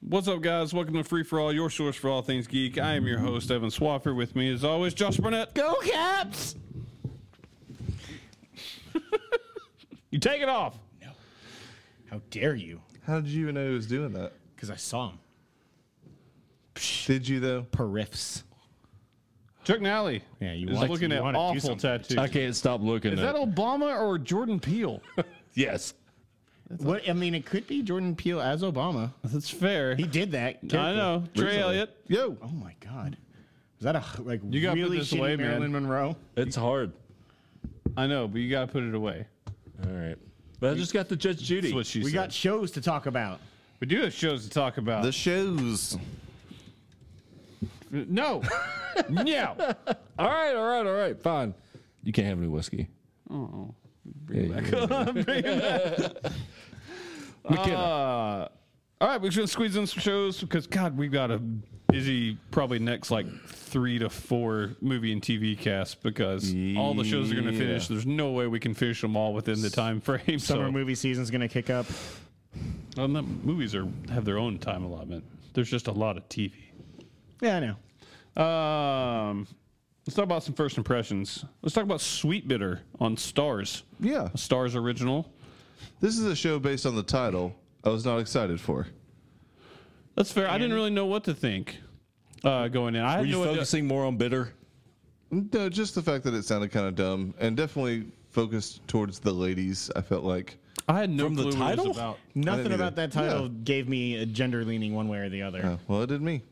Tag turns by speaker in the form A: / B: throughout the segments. A: What's up, guys? Welcome to Free for All, your source for all things geek. I am your host, Evan Swaffer. With me, as always, Josh Burnett.
B: Go Caps!
A: You take it off.
B: No. How dare you?
C: How did you even know he was doing that?
B: Because I saw him.
C: Did you though?
B: Periffs.
A: Chuck Nally
B: Yeah, you
A: is
B: want-
A: looking
B: you
A: at
B: wanna do
A: awful
B: something.
A: tattoos.
D: I can't stop looking
A: Is
D: at
A: that Obama or Jordan Peele?
D: Yes.
B: What I mean, it could be Jordan Peele as Obama.
A: That's fair.
B: He did that.
A: I know. Trey
D: Recently.
A: Elliott.
C: Yo,
B: Oh my god. Is that a like you
A: gotta put
B: really
A: this
B: shitty
A: away, man.
B: Marilyn Monroe?
D: It's hard.
A: I know, but you got to put it away.
D: All right. But I just got the Judge Judy.
A: That's what she
B: We
A: said.
B: got shows to talk about.
A: we do have shows to talk about.
C: the shows.
A: no. no.
D: all right, all right, all right. Fine. You can't have any whiskey. Oh. McKenna.
A: Uh, all right, we're just gonna squeeze in some shows because God, we've got a busy probably next like three to four movie and TV cast because all the shows are gonna finish. There's no way we can finish them all within the time frame.
B: Summer
A: so,
B: movie season's gonna kick up.
A: Um, the movies are have their own time allotment. There's just a lot of TV.
B: Yeah, I know.
A: Um, let's talk about some first impressions. Let's talk about Sweet Bitter on Stars.
C: Yeah,
A: A Stars original.
C: this is a show based on the title. I was not excited for.
A: That's fair. I didn't really know what to think uh, going in. I had
D: Were you
A: no idea-
D: focusing more on bitter?
C: No, just the fact that it sounded kind of dumb and definitely focused towards the ladies. I felt like
A: I had no
D: From the
A: clue what it
D: title?
A: was about.
B: Nothing
C: either.
B: about that title gave me a gender leaning one way or the other.
C: Uh, well, it did me.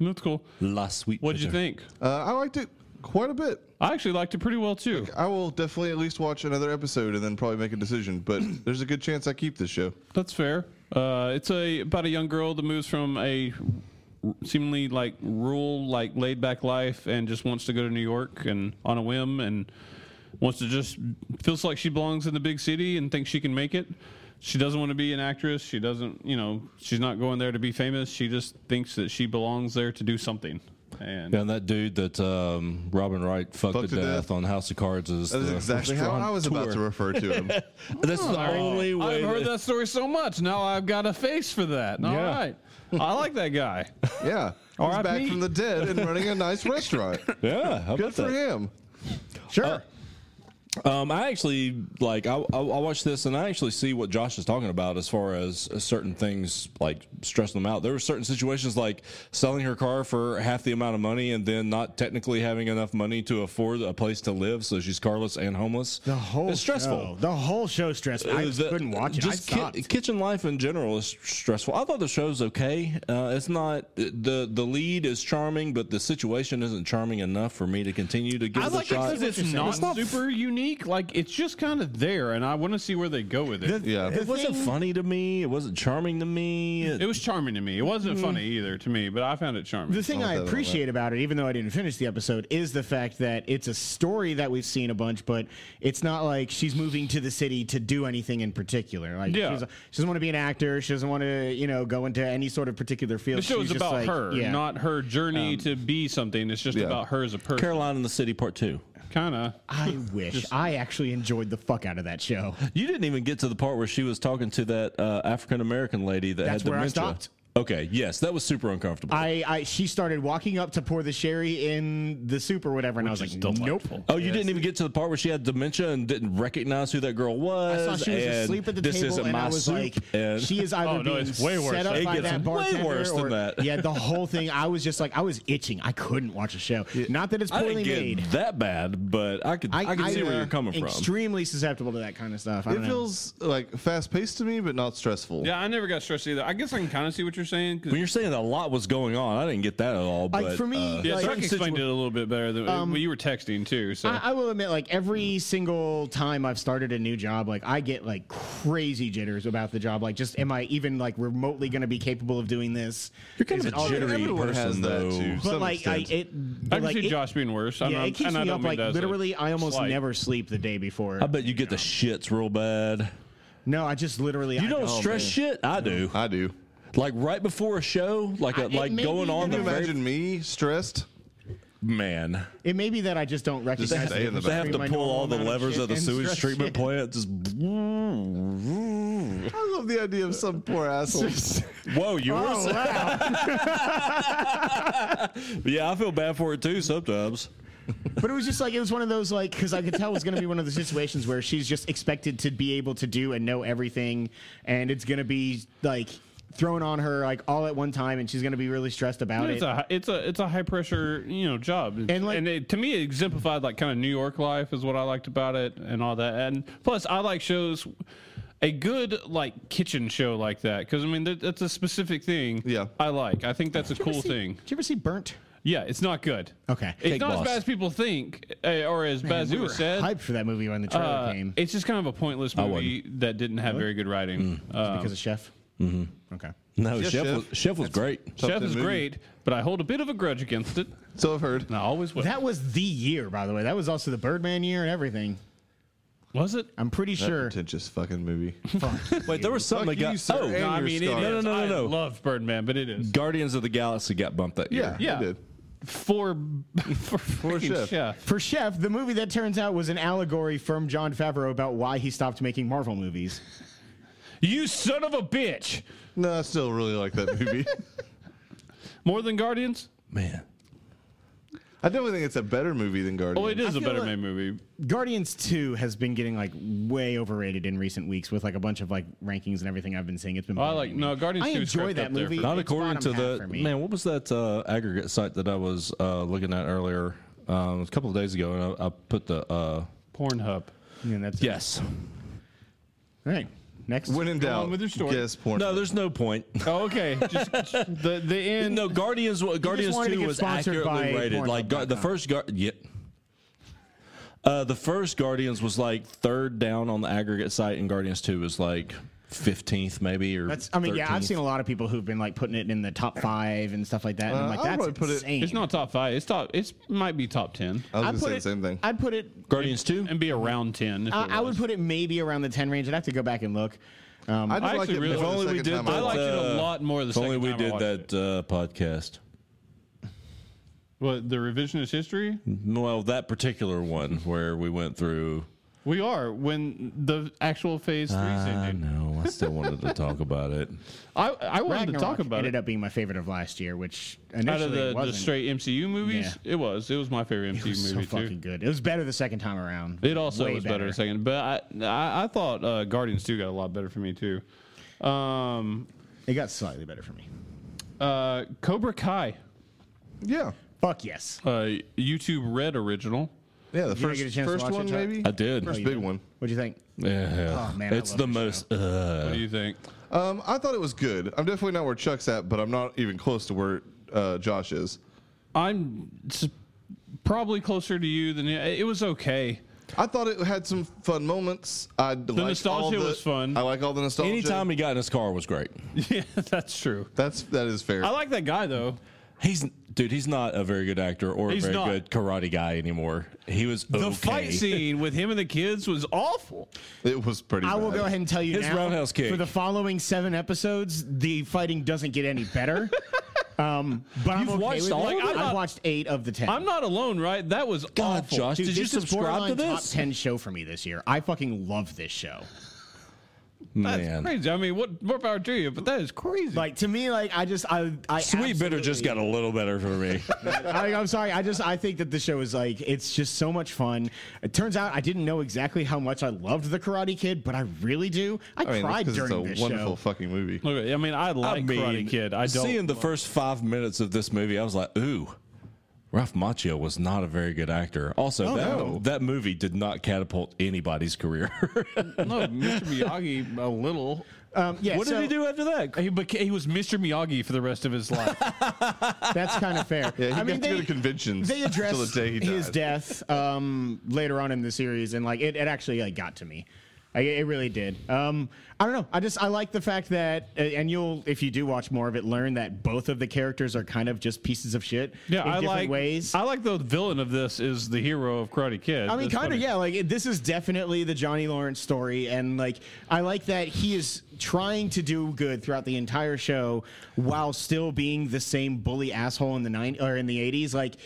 A: That's cool.
D: La sweet.
A: What did you
D: bitter.
A: think?
C: Uh, I liked it quite a bit.
A: I actually liked it pretty well too.
C: I will definitely at least watch another episode and then probably make a decision. But there's a good chance I keep this show.
A: That's fair. Uh, it's a about a young girl that moves from a seemingly like rural, like laid back life, and just wants to go to New York and on a whim, and wants to just feels like she belongs in the big city and thinks she can make it. She doesn't want to be an actress. She doesn't, you know, she's not going there to be famous. She just thinks that she belongs there to do something. And
D: Yeah, and that dude that um, Robin Wright fucked, to, death, on House of Cards is
C: That is
D: the
C: exactly how I was about to refer to him.
D: That's
A: Oh,
D: the only way.
A: I've heard
D: that-
A: that story so much. Now I've got a face for that. All
D: Yeah.
A: right, I like that guy.
C: yeah, he's
A: R.I.P..
C: back from the dead and running a nice restaurant.
D: Yeah, how
C: Good
D: about
C: for
D: that?
C: him.
B: Sure.
D: Um, I actually like I, I I watched this and I actually see what Josh is talking about as far as uh, certain things like stressing them out. There were certain situations like selling her car for half the amount of money and then not technically having enough money to afford a place to live, so she's carless and homeless.
B: the whole
D: it's stressful.
B: show- the whole show stressful. I
D: Uh,
B: just
D: the-
B: couldn't watch it.
D: Just
B: I
D: ki-
B: stopped.
D: kitchen life in general is stressful. I thought the show's okay. Uh, it's not the the lead is charming, but the situation isn't charming enough for me to continue to give
A: I
D: it a
A: like it
D: shot.
A: because it's
B: It's
A: not,
D: not f-
A: super unique. Like it's just kind of there, and I want to see where they go with it.
C: Yeah.
D: It wasn't funny to me. It wasn't charming to me. It-
A: it was charming to me. It wasn't funny either to me, but I found it charming.
B: The thing I appreciate about it, even though I didn't finish the episode, is the fact that it's a story that we've seen a bunch, but it's not like she's moving to the city to do anything in particular. Like
A: Yeah.
B: she's- she doesn't want to be an actor. She doesn't want to, you know, go into any sort of particular field.
A: the show
B: She's
A: is
B: just
A: about
B: like-
A: her,
B: yeah. Um,
A: not her journey to be something. It's just
C: Yeah.
A: about her as a person.
D: Caroline in the City Part Two.
A: Kind of.
B: I wish I actually enjoyed the fuck out of that show.
D: You didn't even get to the part where she was talking to that uh, African American lady that
B: That's
D: had
B: where I
D: dementia.
B: stopped.
D: Okay, yes, that was super uncomfortable.
B: I, I she started walking up to pour the sherry in the soup or whatever, and I was like, nope.
D: Oh, you didn't even get to the part where she had dementia and didn't recognize who that girl was.
B: I saw she was
D: and
B: asleep at the
D: this
B: table,
D: isn't
B: and
D: my
B: I was
D: soup,
B: like,
D: and-
B: she is either
A: Oh, no,
B: being
A: it's way worse.
B: set up
D: It
B: by
D: gets
B: that
D: way
B: bartender,
D: worse than
B: or-
D: that.
B: yeah, the whole thing. I was just like, I was itching. I couldn't watch the show. Not that it's
D: I
B: poorly
D: didn't get
B: made.
D: that bad, but I could I, can see where you're coming from.
B: Extremely susceptible to that kind of stuff. I
C: It
B: don't know.
C: feels like fast paced to me, but not stressful.
A: Yeah, I never got stressed either. I guess I can kind of see what you're saying. 'cause-
D: When you're saying a lot was going on, I didn't get that at all. But
B: Like, for me,
D: uh,
A: yeah,
B: like-
A: Chuck
B: certain
A: explained
B: situa- Um,
A: it a little bit better than well, you were texting too. So
B: I, I will admit, like every single time I've started a new job, like I get like crazy jitters about the job. Like, just am I even like remotely going to be capable of doing this?
D: you're kind
B: Is
D: of
B: it all-
D: a jittery
C: Everyone
D: person,
C: has that
D: though.
C: to
B: But
C: some
B: like, I,
C: extent.
B: it,
A: I
B: but,
A: can
B: like,
A: see
B: it-
A: Josh being worse. I'm,
B: Yeah,
A: I'm-
B: it keeps
A: and I
B: me
A: don't
B: up.
A: mean
B: Like
A: that as a
B: literally, I almost
A: slight.
B: never sleep the day before.
D: I bet you get the shits real bad.
B: No, I just literally.
D: You
B: I
D: don't stress shit. I do.
C: I do.
D: Like right before a show, like
B: I-
D: a,
B: it
D: like
B: may
D: going
B: be
D: on the
C: Can you
D: very
C: imagine me stressed?
D: man.
B: It may be that I just don't recognize.
C: have-
B: the
C: they have
B: difference
D: They have
B: between
D: to
B: my
D: pull
B: normal
D: all the
B: amount of
D: levers
B: shit
D: of the
B: and
D: sewage
B: stress
D: treatment
B: shit.
D: plant. Just
C: I love love the idea of some poor asshole.
D: Whoa, yours?
B: Oh, wow.
D: yeah, I feel bad for it too sometimes.
B: But it was just like it was one of those like because I could tell it was going to be one of the situations where she's just expected to be able to do and know everything, and it's going to be like thrown on her like all at one time, and she's going to be really stressed about
A: It's
B: it.
A: a hi- it's a it's a high pressure you know job,
B: And, like-
A: and it, to me it exemplified like kind of New York life is what I liked about it and all that. And plus, I like shows a good like kitchen show like that because I mean that, that's a specific thing.
C: Yeah.
A: I like. I think that's a
B: Did you ever
A: cool
B: see-
A: thing.
B: Did you ever see Burnt?
A: Yeah, it's not good.
B: Okay.
A: it's
D: Cake
A: not
D: Boss.
A: as bad as people think, eh, or as bad as
B: we
A: it
B: were
A: was said.
B: hyped for that movie when the trailer
A: Uh,
B: came.
A: it's just kind of a pointless movie that didn't have very good writing. Um,
B: because of Chef. Mm-hmm. Okay.
D: No,
C: Yeah,
D: chef,
C: Chef.
D: was, chef was great.
A: Chef
C: Something
A: is
C: movie.
A: great, but I hold a bit of a grudge against it.
C: So I've heard.
A: And I always will.
B: That was the year, by the way. That was also the Birdman year and everything.
A: was it?
B: I'm pretty
C: That
B: sure.
C: Pretentious fucking movie.
D: Wait, there was something
C: Fuck
D: that got
C: you, sir,
D: oh,
C: and
A: No, I
C: your
A: mean, it is.
C: scar.
D: No, no, no, no, no.
A: I love Birdman, but it is
D: Guardians of the Galaxy got bumped that year.
C: Yeah,
A: Yeah.
C: yeah. did.
A: for for, for
C: Chef.
A: Chef.
B: For Chef, the movie that turns out was an allegory from John Favreau about why he stopped making Marvel movies.
A: You son of a bitch!
C: No, I still really like that movie.
A: More than Guardians?
D: Man,
C: I definitely think it's a better movie than Guardians.
A: Oh, it is
B: I
A: a
B: feel
A: better
B: like-
A: made movie.
B: Guardians 2 has been getting like way overrated in recent weeks with like a bunch of like rankings and everything I've been seeing. It's been
A: Oh, I like no Guardians.
B: I
A: 2
B: enjoy
A: crept
B: that
A: up there
B: movie.
A: for-
D: not
B: It's
D: according to
B: bottom half
D: the
B: for me.
D: man. What was that uh, aggregate site that I was uh, looking at earlier um, a couple of days ago? And I, I put the uh,
A: Pornhub.
B: Yeah, that's it.
D: yes.
B: All right. Next.
C: When in
A: Go on
C: doubt,
A: with your story.
C: guess porn.
D: No, there's no point.
A: Oh, okay. Just the the end.
D: No, Guardians. Guardians
B: wanted to
D: Two
B: get
D: was
B: sponsored
D: accurately
B: by
D: rated. Like Gu- the
B: Pornhub.com.
D: first Guard. Yeah. Uh, the first Guardians was like third down on the aggregate site, and Guardians Two was like fifteenth, maybe or.
B: That's I mean, yeah, I've
D: 13th.
B: seen a lot of people who've been like putting it in the top 5 and stuff like that and
C: Uh,
B: I'm like
C: I'd
B: that's
C: probably put it-
B: insane.
A: It's not top five. It's top. It's might be top ten
C: I
B: I'd
C: was gonna
B: put
C: say
B: it,
C: the same thing.
B: I'd put it
D: Guardians Two.
A: and be around ten. if
B: I,
A: it
B: I would
A: was.
B: put it maybe around the 10 range. I'd have to go back and look. Um,
C: I just
A: I
C: like
A: actually
C: it
A: really- If
C: more the
D: only we
C: second
D: did
C: time
D: that-
A: I
C: watched
A: liked
C: it.
A: it a
D: Uh,
A: lot more the
D: If only
A: second
D: we
A: time I
D: did
A: watched it.
D: that uh, podcast.
A: What the revisionist history?
D: Well, that particular one where we went through.
A: We are when the actual phase three
D: I
A: ended.
D: know. I still wanted to talk about it.
A: I I wanted
B: Ragnarok
A: to talk about
B: ended
A: it.
B: up being my favorite of last year, which
A: Out
B: initially
A: of the, the
B: wasn't.
A: straight MCU movies, it was it was my favorite MCU
B: it was so
A: movie too.
B: fucking good. It was better the second time around.
A: It also
B: Way
A: was better, a second, but I I, I thought uh, Guardians two got a lot better for me too. Um,
B: It got slightly better for me.
A: uh, Cobra Kai,
C: Yeah,
B: Fuck yes.
A: uh, YouTube Red original.
C: yeah. The
B: you
C: first,
B: get a chance to
C: first
B: watch it,
C: one
B: Chuck?
C: maybe.
D: I Oh, did.
C: First big one.
B: What'd you think?
D: Yeah.
B: Oh, man, I
D: it's
B: love
D: the
B: that
D: most. Uh,
A: What do you think?
C: Um, I thought it was good. I'm definitely not where Chuck's at, but I'm not even close to where uh, Josh is.
A: I'm s- probably closer to you than it was. Okay,
C: I thought it had some fun moments. I the
A: nostalgia was fun.
C: I like all the nostalgia.
D: anytime he got in his car was great.
A: yeah, that's true.
C: that's that is fair.
A: I like that guy though.
D: He's dude. He's not a very good actor or
A: He's
D: a very
A: not.
D: good karate guy anymore. He was
A: The
D: okay.
A: fight scene with him and the kids was awful.
C: it was pretty.
B: I will
C: bad.
B: go ahead and tell you
D: His
B: now.
D: roundhouse kick.
B: For the following seven episodes, the fighting doesn't get any better. um, but I'm
D: You've
B: okay
D: watched
B: with
D: all
B: it.
D: of it?
B: I've
A: I'm not-
B: watched eight of the 10
A: I'm not alone, right? That was
D: God,
A: awful.
D: Josh,
B: Dude,
D: did you
B: this is
D: subscribe to
B: borderline top
D: this?
B: ten show for me this year. I fucking love this show.
A: That's
D: Man,
A: crazy. I mean, what more power to you? But that is crazy.
B: Like to me, like I just I I
D: Sweet Bitter
B: absolutely-
D: just got a little better for me.
B: I, I'm sorry. I just I think that the show is like it's just so much fun. It turns out I didn't know exactly how much I loved the Karate Kid, but I really do. I,
C: I mean, that's
B: cried
C: 'cause
B: during
C: it's a
B: this
C: wonderful
B: show.
C: fucking movie.
A: Look, I mean, I like
D: mean,
A: Karate Kid. I don't.
D: Seeing the first five minutes of this movie, I was like, ooh. Ralph Macchio was not a very good actor. Also, that,
B: no.
D: that movie did not catapult anybody's career.
A: no, Mr. Miyagi a little.
B: Um, yeah,
D: what
B: so
D: did he do after that?
A: He, beca- he was Mr. Miyagi for the rest of his life.
B: That's kind of fair.
C: Yeah, he
B: I
C: got
B: mean,
C: to
B: they,
C: go to conventions
B: they address
C: until the day he
B: his
C: died.
B: death um, later on in the series, and like it, it actually like got to me. Like, it it really did. Um, I don't know. I just I like the fact that, uh, and you'll if you do watch more of it, learn that both of the characters are kind of just pieces of shit
A: yeah,
B: in
A: I
B: different
A: like.
B: ways.
A: I like the villain of this is the hero of Karate Kid.
B: I mean,
A: That's
B: kind of,
A: funny.
B: yeah. Like it- this is definitely the Johnny Lawrence story, and like I like that he is trying to do good throughout the entire show while still being the same bully asshole in the nine or in the eighties. Like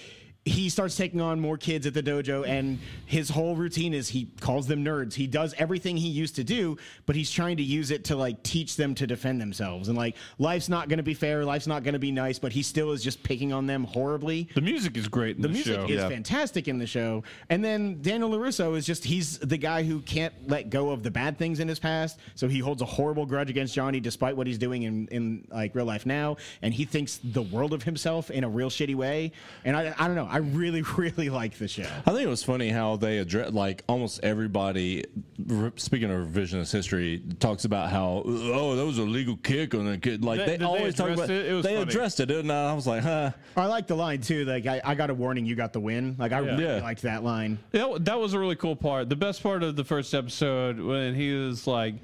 B: he starts taking on more kids at the dojo, and his whole routine is he calls them nerds. He does everything he used to do, but he's trying to use it to like teach them to defend themselves. And like, life's not going to be fair, life's not going to be nice, but he still is just picking on them horribly.
A: The music is great in
B: The
A: the
B: music
A: show.
B: is
C: Yeah.
B: fantastic in the show. And then Daniel LaRusso is just, he's the guy who can't let go of the bad things in his past. So he holds a horrible grudge against Johnny despite what he's doing in, in like real life now. And he thinks the world of himself in a real shitty way. And I, I don't know. I really, really like the show.
D: I think it was funny how they address like almost everybody. re- Speaking of revisionist history, talks about how oh that was a legal kick on a kid. Like
A: They-
D: they,
A: did they
D: always talk
A: address
D: about
A: it? It was
D: they
A: funny.
D: addressed it, and I was like, huh.
B: I like the line too. Like I, I got a warning, you got the win. Like I really
D: Yeah.
B: liked that line.
A: That, that was a really cool part. The best part of the first episode when he was like,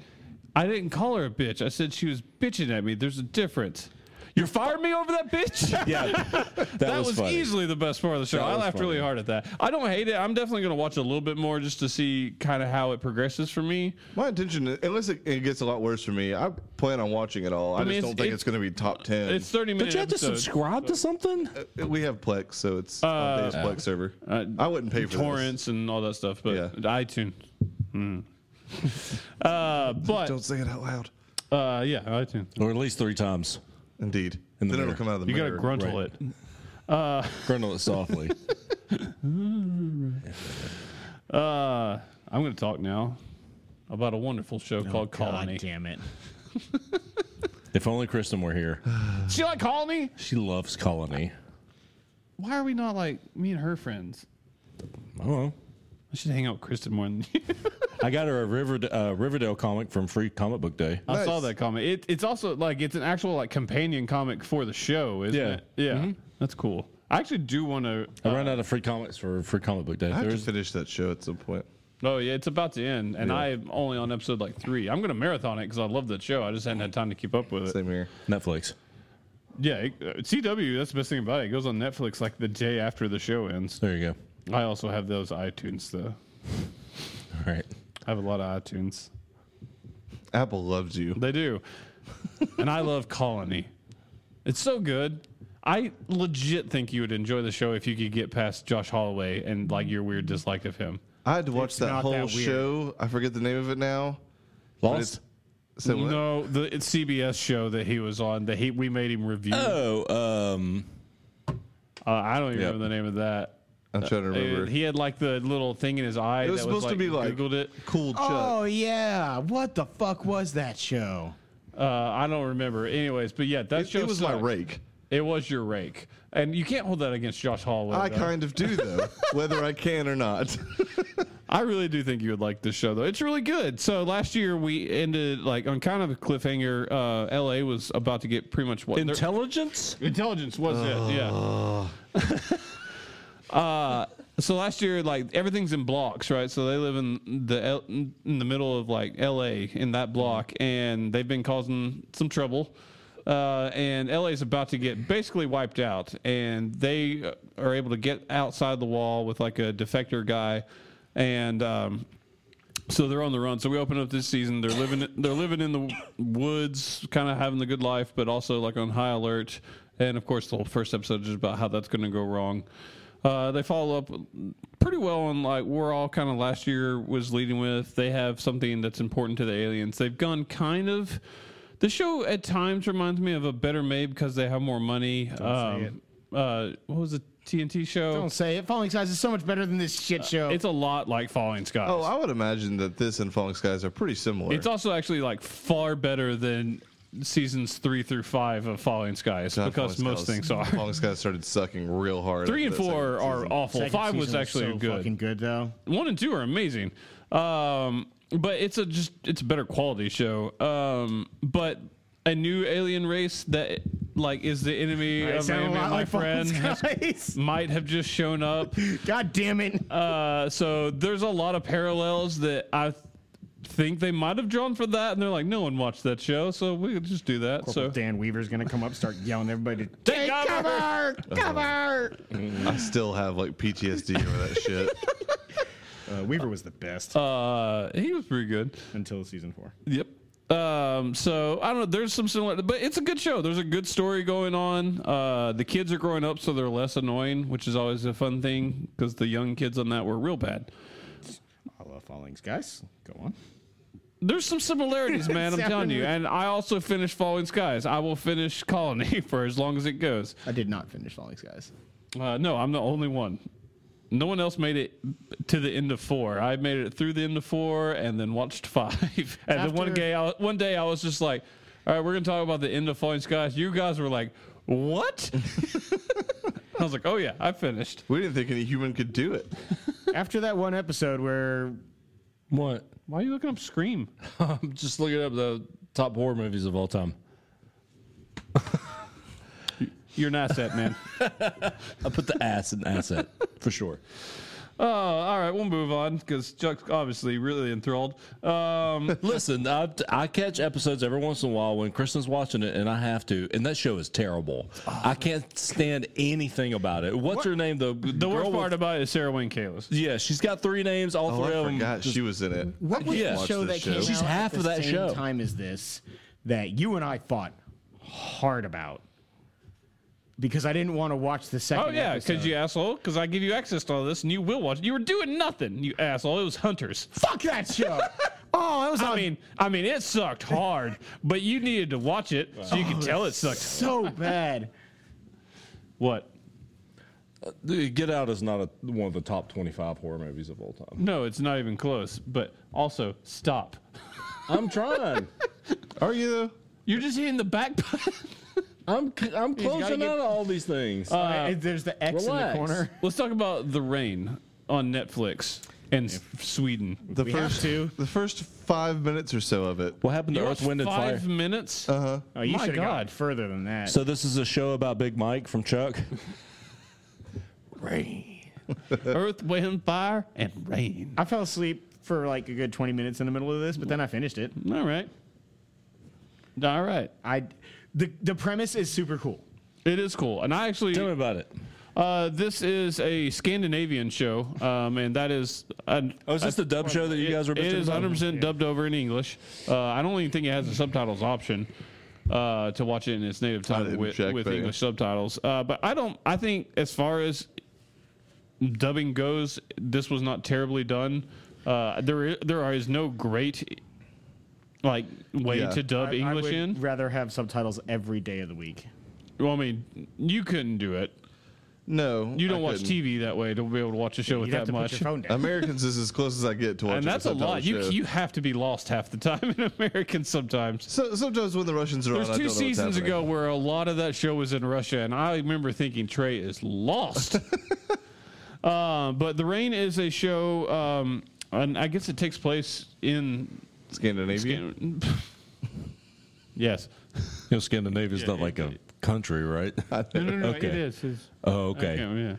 A: I didn't call her a bitch. I said she was bitching at me. There's a difference. You fired me over that bitch?
D: Yeah, that,
A: That, was,
D: funny.
A: easily the best part of the show.
D: That
A: I
D: was
A: laughed really
D: funny.
A: hard at that. I don't hate it. I'm definitely going to watch a little bit more just to see kind of how it progresses for me.
C: My intention, is- unless it, it gets a lot worse for me, I plan on watching it all.
A: mean,
C: I, just
A: it's-
C: don't think
A: it's-
C: it's, going to be top ten.
A: It's 30
D: Don't
A: minutes.
D: Mm. you have to subscribe
C: uh,
D: to something?
C: we have Plex, so it's on Dave's
B: Uh,
C: Plex server. I wouldn't pay for torrent.
A: torrents and all that stuff, but
C: Yeah.
A: iTunes. Hmm. uh, but
C: Don't say it out loud.
A: uh, yeah, iTunes.
D: Or at least three times.
C: Indeed.
D: In the
C: then
D: mirror.
C: it'll come out of the
A: You got to
C: mirror.
A: gruntle
D: right.
A: it.
D: Grundle it softly.
A: Uh, I'm going to talk now about a wonderful show called Colony.
B: God damn it.
D: if only Kristen were here.
A: She like Colony?
D: She loves Colony.
A: Why are we not like me and her friends?
D: Oh,
A: I should hang out with Kristen more than you.
D: I got her a Riverd- uh, Riverdale comic from Free Comic Book Day.
A: I saw
C: Nice.
A: that comic. It, it's also like it's an actual like companion comic for the show, isn't
D: Yeah.
A: it? Yeah, that's cool. I actually do want to.
D: I ran out of free comics for Free Comic Book Day.
C: I have
D: There's-
C: to finish that show at some point.
A: Oh yeah, it's about to end, and I'm only on episode like three. I'm gonna marathon it because I love that show. I just hadn't had time to keep up with it.
C: Same here.
D: Netflix.
A: Yeah, it, uh, CW. That's the best thing about it. It goes on Netflix like the day after the show ends.
D: There you go.
A: I also have those iTunes though.
D: All right.
A: I have a lot of iTunes.
C: Apple loves you.
A: They do. and I love Colony. It's so good. I legit think you would enjoy the show if you could get past Josh Holloway and like your weird dislike of him.
C: I had to watch that
B: not
C: whole
B: that weird.
C: show. I forget the name of it now. but
D: Lost.
C: it's- So what?
A: No, the it's CBS show that he was on that he we made him review.
D: Oh, um,
A: Uh, I don't even
D: Yep.
A: remember the name of that.
C: I'm trying to remember.
A: Uh, He had like the little thing in his eye.
C: it was
A: that
C: supposed to be like
A: Googled it.
C: cool Chuck.
B: Oh yeah. What the fuck was that show?
A: Uh, I don't remember. Anyways, but yeah, that
C: it,
A: show
C: it was my
A: sucked.
C: rake.
A: It was your rake, and you can't hold that against Josh Holloway.
C: I
A: though.
C: kind of do though, whether I can or not.
A: I really do think you would like this show, though. It's really good. So last year we ended like on kind of a cliffhanger. Uh, L.A. was about to get pretty much what their-
D: intelligence.
A: intelligence was it? Yeah. uh, so last year, like everything's in blocks, right? So they live in the L- in the middle of like L.A. in that block, and they've been causing some trouble. Uh, and LA is about to get basically wiped out, and they uh, are able to get outside the wall with like a defector guy, and um, so they're on the run. So we open up this season. They're living. They're living in the woods, kind of having the good life, but also like on high alert. And of course, the whole first episode is about how that's going to go wrong. Uh, they follow up pretty well on like we're all kind of last year was leading with. They have something that's important to the aliens. They've gone kind of. The show at times reminds me of a better made because they have more money. um, Uh, what was the TNT show?
B: Don't say it. Falling Skies is so much better than this shit show.
A: It's a lot like Falling Skies.
C: oh, I would imagine that this and Falling Skies are pretty similar.
A: It's also actually like far better than seasons three through five of Falling Skies
C: Not
A: because
C: Falling
A: most
C: Skies.
A: things are.
C: Falling Skies started sucking real hard.
A: Three and
C: after that
A: four
C: second
A: are
C: season.
A: awful.
B: Second
A: five was
B: season
A: actually
B: so
A: good.
B: Fucking good though.
A: One and two are amazing. Um, but it's a just it's a better quality show. Um, but a new alien race that like is the enemy
B: It
A: of
B: sounded
A: Amy
B: a lot
A: and my
B: like Falling
A: friend has-
B: Skies.
A: might have just shown up.
B: God damn it.
A: Uh, so there's a lot of parallels that I th- think they might have drawn for that, and they're like, no one watched that show, so we could just do that. so
B: Dan Weaver's gonna come up, start yelling at everybody. to
A: Take cover!
B: Cover!
C: I still have like PTSD over that shit.
B: Uh, Weaver was the best
A: Uh, he was pretty good.
B: until season four.
A: Yep. Um, so I don't know. There's some similar, but it's a good show. There's a good story going on. Uh, the kids are growing up, so they're less annoying, which is always a fun thing because the young kids on that were real bad.
B: I love Fallings, guys. Go on.
A: There's some similarities, man. I'm telling you. And I also finished Falling Skies. I will finish Colony for as long as it goes.
B: I did not finish Fallings, guys.
A: Uh, no, I'm the only one. No one else made it to the end of four. I made it through the end of four and then watched five. and then one
B: After-
A: day, I, one day I was just like, "All right, we're gonna talk about the end of Falling Skies." You guys were like, "What?" I was like, "Oh yeah, I finished."
C: We didn't think any human could do it.
B: After that one episode where
D: What?
A: Why are you looking up Scream?
D: I'm just looking up the top horror movies of all time.
A: You're an asset, man.
D: I put the ass in asset for sure.
A: Oh, all right, we'll move on because Chuck's obviously really enthralled. Um,
D: Listen, I, I catch episodes every once in a while when Kristen's watching it, and I have to. And that show is terrible. I can't stand anything about it. What's her name? The
A: the worst
D: girl with-
A: part about it is Sarah Wayne Calus.
D: yeah, she's got three names. All
C: Oh,
D: three of
C: I
D: them.
C: forgot
D: just-
C: she was in it.
B: what was
D: Yeah.
B: the
D: Watch
B: show that
C: this show.
B: came
D: She's
B: out
D: half
B: at
D: of
B: the
D: that
B: same
D: show.
B: time as this that you and I fought hard about because I didn't want to watch the second.
A: Oh yeah,
B: episode.
A: because you asshole. Because I give you access to all this, and you will watch. it. You were doing nothing, you asshole. It was hunters.
B: fuck that show. oh, that was
A: I
B: on
A: mean, I mean, it sucked hard, but you needed to watch it so you could tell it sucked.
B: so bad.
A: What?
D: Get Out is not a, one of the top 25 horror movies of all time.
A: No, it's not even close. But also, stop.
D: I'm trying.
C: Are you though?
A: You're just hitting the back button.
D: I'm
B: closing
D: I'm closing
B: get- out
D: out all these things.
B: Uh, There's the X in
D: relax.
B: the corner.
A: Let's talk about the rain on Netflix and S- Sweden.
C: The
B: We have
C: first
B: to.
C: the first five minutes or so of it.
D: what happened to
A: You
D: Earth,
A: watched
D: Wind, and Fire? Uh-huh.
A: five minutes. Uh huh.
B: Oh, you
A: My
B: should have gone
A: God.
B: further than that.
D: So this is a show about Big Mike from Chuck.
A: Earth, wind, fire, and rain.
B: I fell asleep for like a good 20 minutes in the middle of this, but then I finished it.
A: All right. All right.
B: I the the premise is super cool.
A: It is cool, and I actually
D: Tell me about it.
A: Uh, this is a Scandinavian show, um, and that is. an-
D: Oh, is this the dub show that you guys were
A: it
D: bitching
A: is
D: about?
A: 100% dubbed over in English. Uh, I don't even think it has a subtitles option uh, to watch it in its native tongue
C: didn't
A: with,
C: check,
A: with
C: but yeah.
A: English subtitles. Uh, but I don't. I think as far as dubbing goes, this was not terribly done. Uh, there, i- there is no great like way
C: Yeah.
A: to dub
B: I-
A: English
B: I would
A: in.
B: rather have subtitles every day of the week.
A: Well, I mean, you couldn't do it.
C: No,
A: You don't
C: I
A: watch
C: couldn't.
A: TV that way to be able to watch a show with
B: You'd have
A: that
B: to
A: much.
B: put your phone down.
C: Americans is as close as I get to watching.
A: and that's a
C: subtitle
A: lot. You
C: show.
A: you have to be lost half the time in American sometimes.
C: So, sometimes when the Russians are
A: There's
C: on, Oh, I
A: two
C: don't know what's
A: seasons
C: happening.
A: ago where a lot of that show was in Russia, and I remember thinking Trey is lost. uh, but The Rain is a show, um, and I guess it takes place in.
C: Scandinavia.
A: yes.
D: You know, Scandinavia's not like a country, right?
A: No, no, no.
D: Okay.
A: It is. It's-
D: Oh, okay.
A: Okay,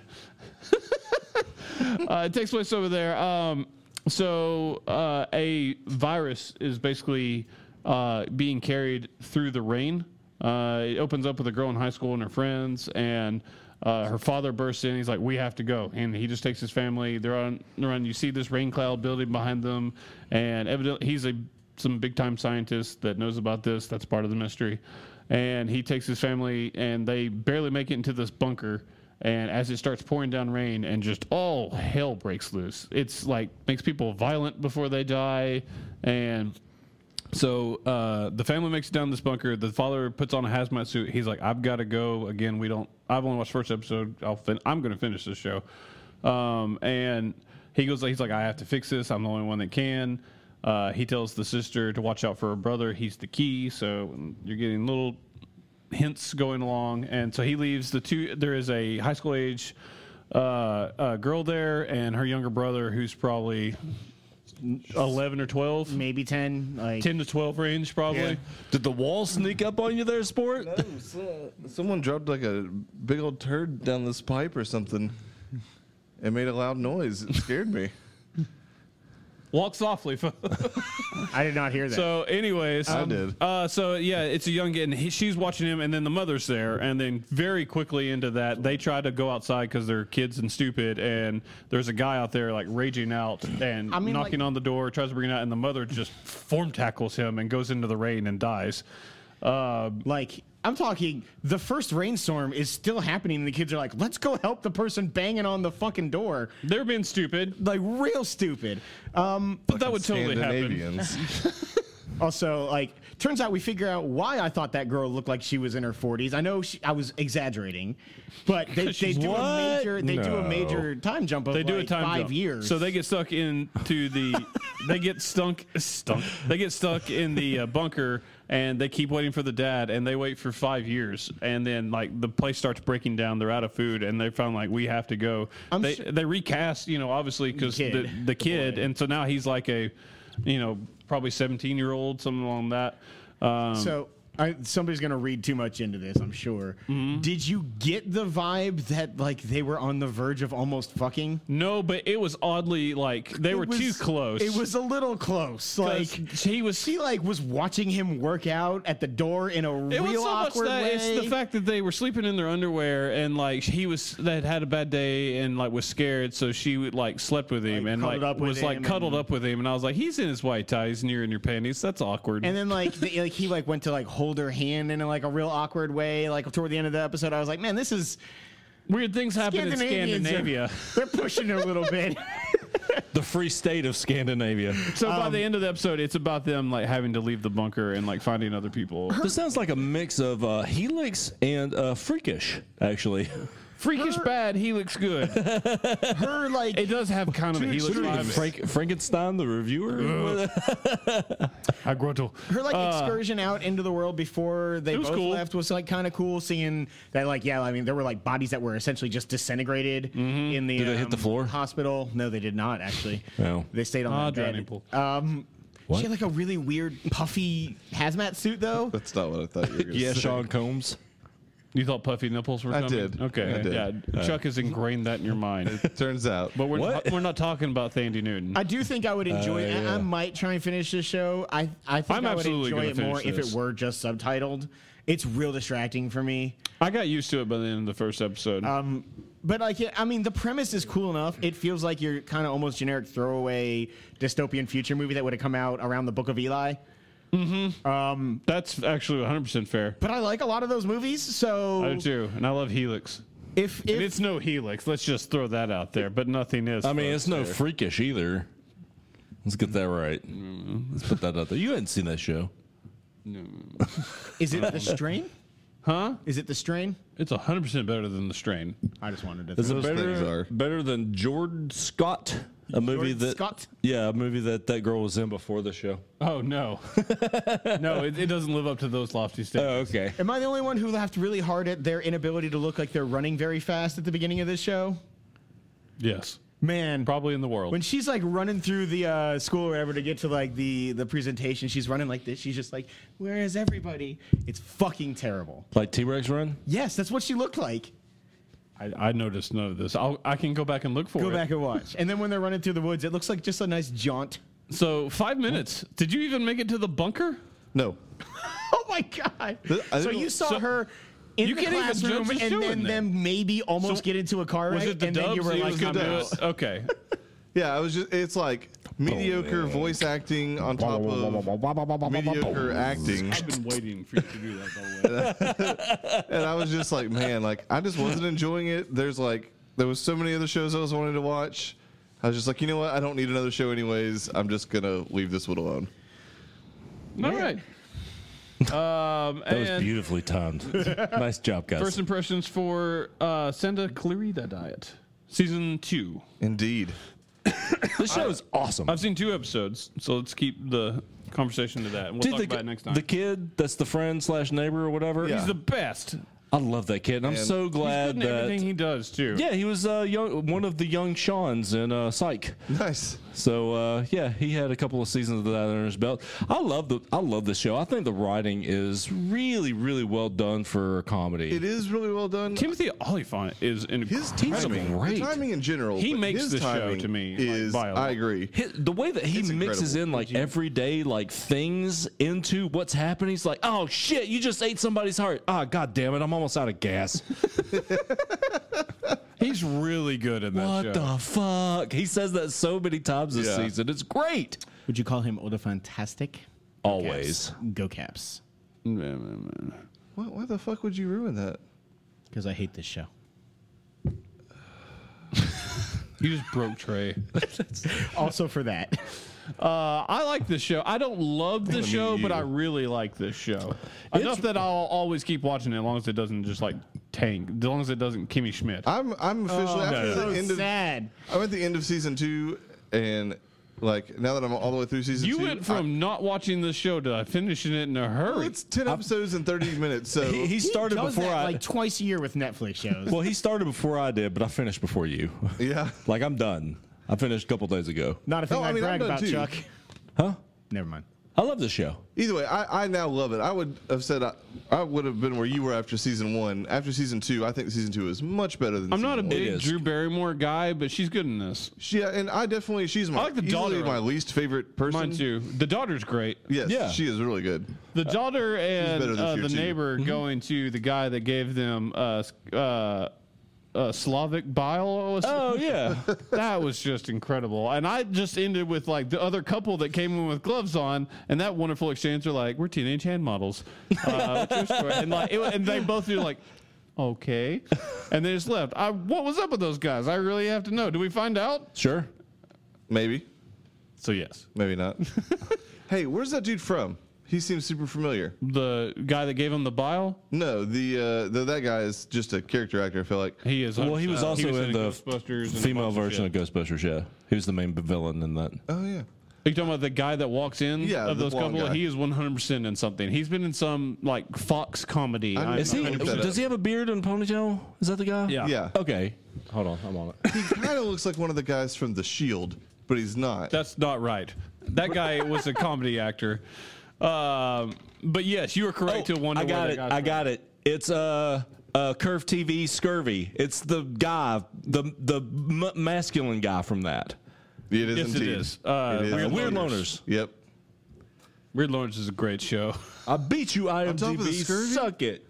A: yeah. uh, it takes place over there. Um, so uh, a virus is basically uh, being carried through the rain. Uh, it opens up with a girl in high school and her friends, and uh, her father bursts in. He's like, "We have to go," and he just takes his family. They're on. They're on. You see this rain cloud building behind them, and evidently he's a some big time scientist that knows about this. That's part of the mystery. And he takes his family, and they barely make it into this bunker. And as it starts pouring down rain, and just all hell breaks loose. It's like makes people violent before they die, and so uh, the family makes it down this bunker. The father puts on a hazmat suit. He's like, "I've got to go again. We don't. I've only watched first episode. I'll fin- I'm going to finish this show." Um, and he goes, "He's like, I have to fix this. I'm the only one that can." Uh, he tells the sister to watch out for her brother. He's the key. So you're getting little hints going along, and so he leaves the two. There is a high school age uh, uh, girl there, and her younger brother, who's probably eleven or twelve.
B: Maybe 10 like
A: 10 to 12 range probably
B: Yeah.
D: Did the wall sneak up on you there, sport?
C: Someone dropped like a big old turd down this pipe or something, and made a loud noise. It scared me.
A: Walk softly, folks.
B: I did not hear that.
A: So, anyways,
C: I did.
A: Uh, so yeah, it's a young kid, and he, she's watching him, and then the mother's there, and then very quickly into that, they try to go outside because they're kids and stupid, and there's a guy out there like raging out and
B: I mean,
A: knocking
B: like-
A: on the door, tries to bring it out, and the mother just form tackles him and goes into the rain and dies. Uh,
B: like I'm talking, the first rainstorm is still happening, and the kids are like, "Let's go help the person banging on the fucking door."
A: they're being stupid,
B: Like real stupid. Um,
A: but that would totally happen.
C: Scandinavians.
B: also, like, turns out we figure out why I thought that girl looked like she was in her 40s. I know she, I was exaggerating, but they, they do a
A: What?
B: major they do a
C: No.
B: major time jump of
A: They do
B: like,
A: a time
B: five
A: jump.
B: years.
A: so they get stuck into the. they get stunk, stunk. They get stuck in the uh, bunker, and they keep waiting for the dad, and they wait for five years, and then like the place starts breaking down. They're out of food, and they found like we have to go.
B: I'm
A: they
B: sure-
A: they recast, you know, obviously because
B: Kid.
A: the the,
B: The
A: kid,
B: boy.
A: and so now he's like a, you know, probably seventeen year old, something along that. Um,
B: So I, somebody's gonna read too much into this, I'm sure.
A: Mm-hmm.
B: Did you get the vibe that like they were on the verge of almost fucking?
A: no, but it was oddly like they
B: It
A: were
B: was-
A: too close.
B: It was a little close.
A: 'Cause
B: Like
A: he was
B: she like was watching him work out at the door in a
A: It
B: real
A: was so much
B: awkward
A: that
B: way.
A: it's the fact that they were sleeping in their underwear and like he was that had a bad day and like was scared, so she would like slept with him
B: Like,
A: and like
B: cuddled up with
A: was like
B: him
A: cuddled
B: and-
A: up with him, and I was like, he's in his white ties and you're in your panties. That's awkward.
B: and then like the, like he like went to like hold her hand in like a real awkward way. Like toward the end of the episode, I was like, man, this is
A: Weird things happen in
B: Scandinavians are-
A: Scandinavia.
B: They're pushing it a little bit.
D: The free state of Scandinavia.
A: So
B: Um,
A: by the end of the episode, it's about them like having to leave the bunker and like finding other people.
D: This sounds like a mix of uh, Helix and uh, Freakish, actually.
A: Freakish bad, he looks good.
B: Her like
A: It does have kind of a helix vibe.
D: Frank, Frankenstein, the reviewer.
A: I gruntle.
B: her like excursion out into the world before they
A: Uh. It was
B: both
A: cool.
B: left was like kind of cool. Seeing that like yeah, I mean there were like bodies that were essentially just disintegrated
A: Mm-hmm.
B: in the um,
D: Did they hit the floor?
B: hospital. No, they did not actually.
D: No.
B: they stayed on
A: Ah,
B: that bed.
A: drowning pool.
B: Um,
D: What?
B: she had like a really weird puffy hazmat suit though.
C: That's not what I thought you were going to
D: yeah,
C: say.
D: Sean Combs.
A: You thought puffy nipples were
C: I
A: coming?
C: did.
A: Okay.
C: I did.
A: Yeah. Chuck has ingrained that in your mind.
C: Turns out.
A: But we're
D: What?
A: not, we're not talking about Thandi Newton.
B: I do think I would enjoy.
D: Uh,
B: it. I- I,
D: yeah.
B: might try and finish this show. I I think
A: I'm
B: I would
A: absolutely
B: enjoy
A: gonna
B: it more
A: finish
B: if it
A: this.
B: were just subtitled. It's real distracting for me.
A: I got used to it by the end of the first episode.
B: Um, but like, I mean, the premise is cool enough. It feels like your kind of almost generic throwaway dystopian future movie that would have come out around the Book of Eli.
A: That's actually 100 percent fair.
B: But I like a lot of those movies,
A: I do
B: so
A: too, and I love Helix.
B: if
A: And
B: if
A: it's no Helix. Let's just throw that out there. But nothing is.
D: I mean, it's no Freakish either. Let's get that right. Let's put that out there. You hadn't seen that show.
B: is it the strain?
A: huh?
B: Is it the strain?
A: It's 100 percent better than the Strain.
B: I just wanted to.
D: Is it
C: Those things
D: better,
C: are.
D: better than Jordan Scott? A movie
B: Jordan
D: that
B: Scott?
D: yeah, a movie that that girl was in before the show.
A: Oh no, no, it, it doesn't live up to those lofty
D: Oh,
A: standards.
D: okay.
B: Am I the only one who laughed really hard at their inability to look like they're running very fast at the beginning of this show?
A: Yes,
B: Man,
A: probably in the world.
B: when she's like running through the uh, school or whatever to get to like the the presentation, she's running like this. She's just like, "Where is everybody?" It's fucking terrible.
D: Like T Rex Run.
B: Yes, that's what she looked like.
A: I, I noticed none of this. I'll, I can go back and look for
B: Go
A: it.
B: back and watch. And then when they're running through the woods, it looks like just a nice jaunt.
A: So five minutes. Did you even make it to the bunker?
C: No.
B: Oh my god!
C: Th- I
B: So
C: didn't-
B: you saw
A: so-
B: her in
A: You
B: the
A: can't even judge
B: classroom,
A: the
B: and
A: show
B: then
A: in there.
B: them maybe almost
A: So
B: get into a car wreck,
A: Was it the
B: and
A: dubs?
B: then you were
A: It
B: like,
A: was the
B: "I'm
A: dubs.
B: out."
A: Okay.
C: Yeah, I was just. It's like mediocre voice acting on top of mediocre acting.
A: I've been waiting for you to do that. By the way.
C: and I was just like, man, like I just wasn't enjoying it. There's like there was so many other shows I was wanting to watch. I was just like, you know what? I don't need another show anyways. I'm just gonna leave this one alone.
A: All right. Um,
D: That was
A: and
D: beautifully timed. nice job, guys.
A: First impressions for uh, Senda Clarita Diet, season two.
C: Indeed.
D: this show is awesome.
A: I've seen two episodes, so let's keep the conversation to that. And we'll
D: Dude,
A: talk
D: the,
A: about it next time.
D: the kid that's the friend slash neighbor or whatever.
C: Yeah.
A: He's the best.
D: I love that kid. And I'm so glad
A: And
D: that.
A: everything he does too.
D: yeah, he was uh, young, one of the young Sean's in uh, Psych.
C: Nice.
D: So uh, yeah, he had a couple of seasons of that under his belt. I love the I love the show. I think the writing is really really well done for a comedy.
C: It is really well done.
A: Timothy Oliphant is
C: his
A: incredible.
C: timing,
D: great.
C: the timing in general,
A: He
C: but
A: makes
C: his
A: the show
C: timing
A: to me, like,
C: Is
A: by a lot.
C: I agree.
D: Hi- the way that he
C: It's
D: mixes
C: incredible.
D: in like everyday like things into what's happening, he's like, "Oh shit, you just ate somebody's heart." Ah, god damn it, I'm almost out of gas.
A: He's really good in that
D: what
A: show.
D: the fuck? He says that so many times this
C: Yeah.
D: season. It's great.
B: Would you call him Oda Fantastic?
D: Always.
B: Go Caps.
C: Why, why the fuck would you ruin that?
B: Because I hate this show.
A: You just broke Trey.
B: Also for that.
A: Uh, I like this show. I don't love this show, but I really like this show enough that I'll always keep watching it, as long as it doesn't just like tank. As long as it doesn't Kimmy Schmidt.
C: I'm I'm officially after
A: Oh, no.
C: the end of
B: sad.
C: I'm at the end of season two, and like now that I'm all the way through season
A: you
C: two,
A: went from not watching this show to finishing it in a
C: I-
A: hurry.
C: it's ten episodes and thirty minutes. So
D: He, he started
B: does
D: before
B: that,
D: I
B: like twice a year with Netflix shows.
D: Well, he started before I did, but I finished before you.
C: yeah,
D: like I'm done. I finished a couple days ago.
B: Not a thing
C: No, Oh, I
B: I,
C: mean, I'm
B: brag
C: done
B: about,
C: too.
B: Chuck.
D: Huh?
B: Never mind.
D: I love this show.
C: Either way, I, I now love it. I would have said I, I would have been where you were after season one. After season two, I think season two is much better than.
A: I'm not a
C: season one.
A: big
D: is.
A: Drew Barrymore guy, but she's good in this.
C: She and I definitely she's my
A: I like the
C: easily
A: daughter.
C: my least favorite person.
A: Mine too. The daughter's great.
C: Yes,
D: Yeah.
C: she is really good.
A: The daughter and
C: better this
A: uh,
C: year,
A: the
C: too. Mm-hmm.
A: neighbor going to the guy that gave them uh, s- uh, uh, Slavic bile. or something.
D: Oh yeah.
A: that was just incredible. And I just ended with like the other couple that came in with gloves on, and that wonderful exchange. They're like, "We're teenage hand models," uh, true story. and like, it, wa- and they both do like. Okay, and they just left. I, what was up with those guys? I really have to know. Do we find out?
D: sure.
C: Maybe,
A: So yes,
C: maybe not. hey, where's that dude from? He seems super familiar.
A: the guy that gave him the bile,
C: No, the uh, the, that guy is just a character actor. I feel like
A: he is.
D: Well, he was
A: uh,
D: also in the
A: Ghostbusters and a
D: female
A: bunch of
D: version
A: shit.
D: of Ghostbusters. Yeah, he was the main villain in that.
C: Oh yeah.
A: Are you talking about the guy that walks in?
C: Yeah,
A: of
C: the
A: those
C: blonde
A: couple.
C: guy.
A: He is one hundred percent in something. He's been in some like Fox comedy.
C: I-
A: I'm
D: Is he?
A: not-
C: I looked that
D: Does
C: up.
D: he have a beard and ponytail? Is that the guy?
A: Yeah.
C: Yeah.
D: Okay. Hold on, I'm on it.
C: He kind of looks like one of the guys from The Shield, but he's not.
A: That's not right. That guy was a comedy actor. Um, but yes, you are correct to wonder.
D: Oh, I got
A: where
D: it.
A: That
D: I got it. It's uh, uh, Curve TV Scurvy. It's the guy, the the m- masculine guy from that.
C: it is
A: Yes, it
C: indeed.
A: is. Uh,
C: It is.
A: Weird
D: Weird
A: Loners.
D: loners.
C: Yep.
A: Weird Lawrence is a great show.
D: I beat you,
C: top of the
D: IMDb.
C: scurvy?
D: Suck it.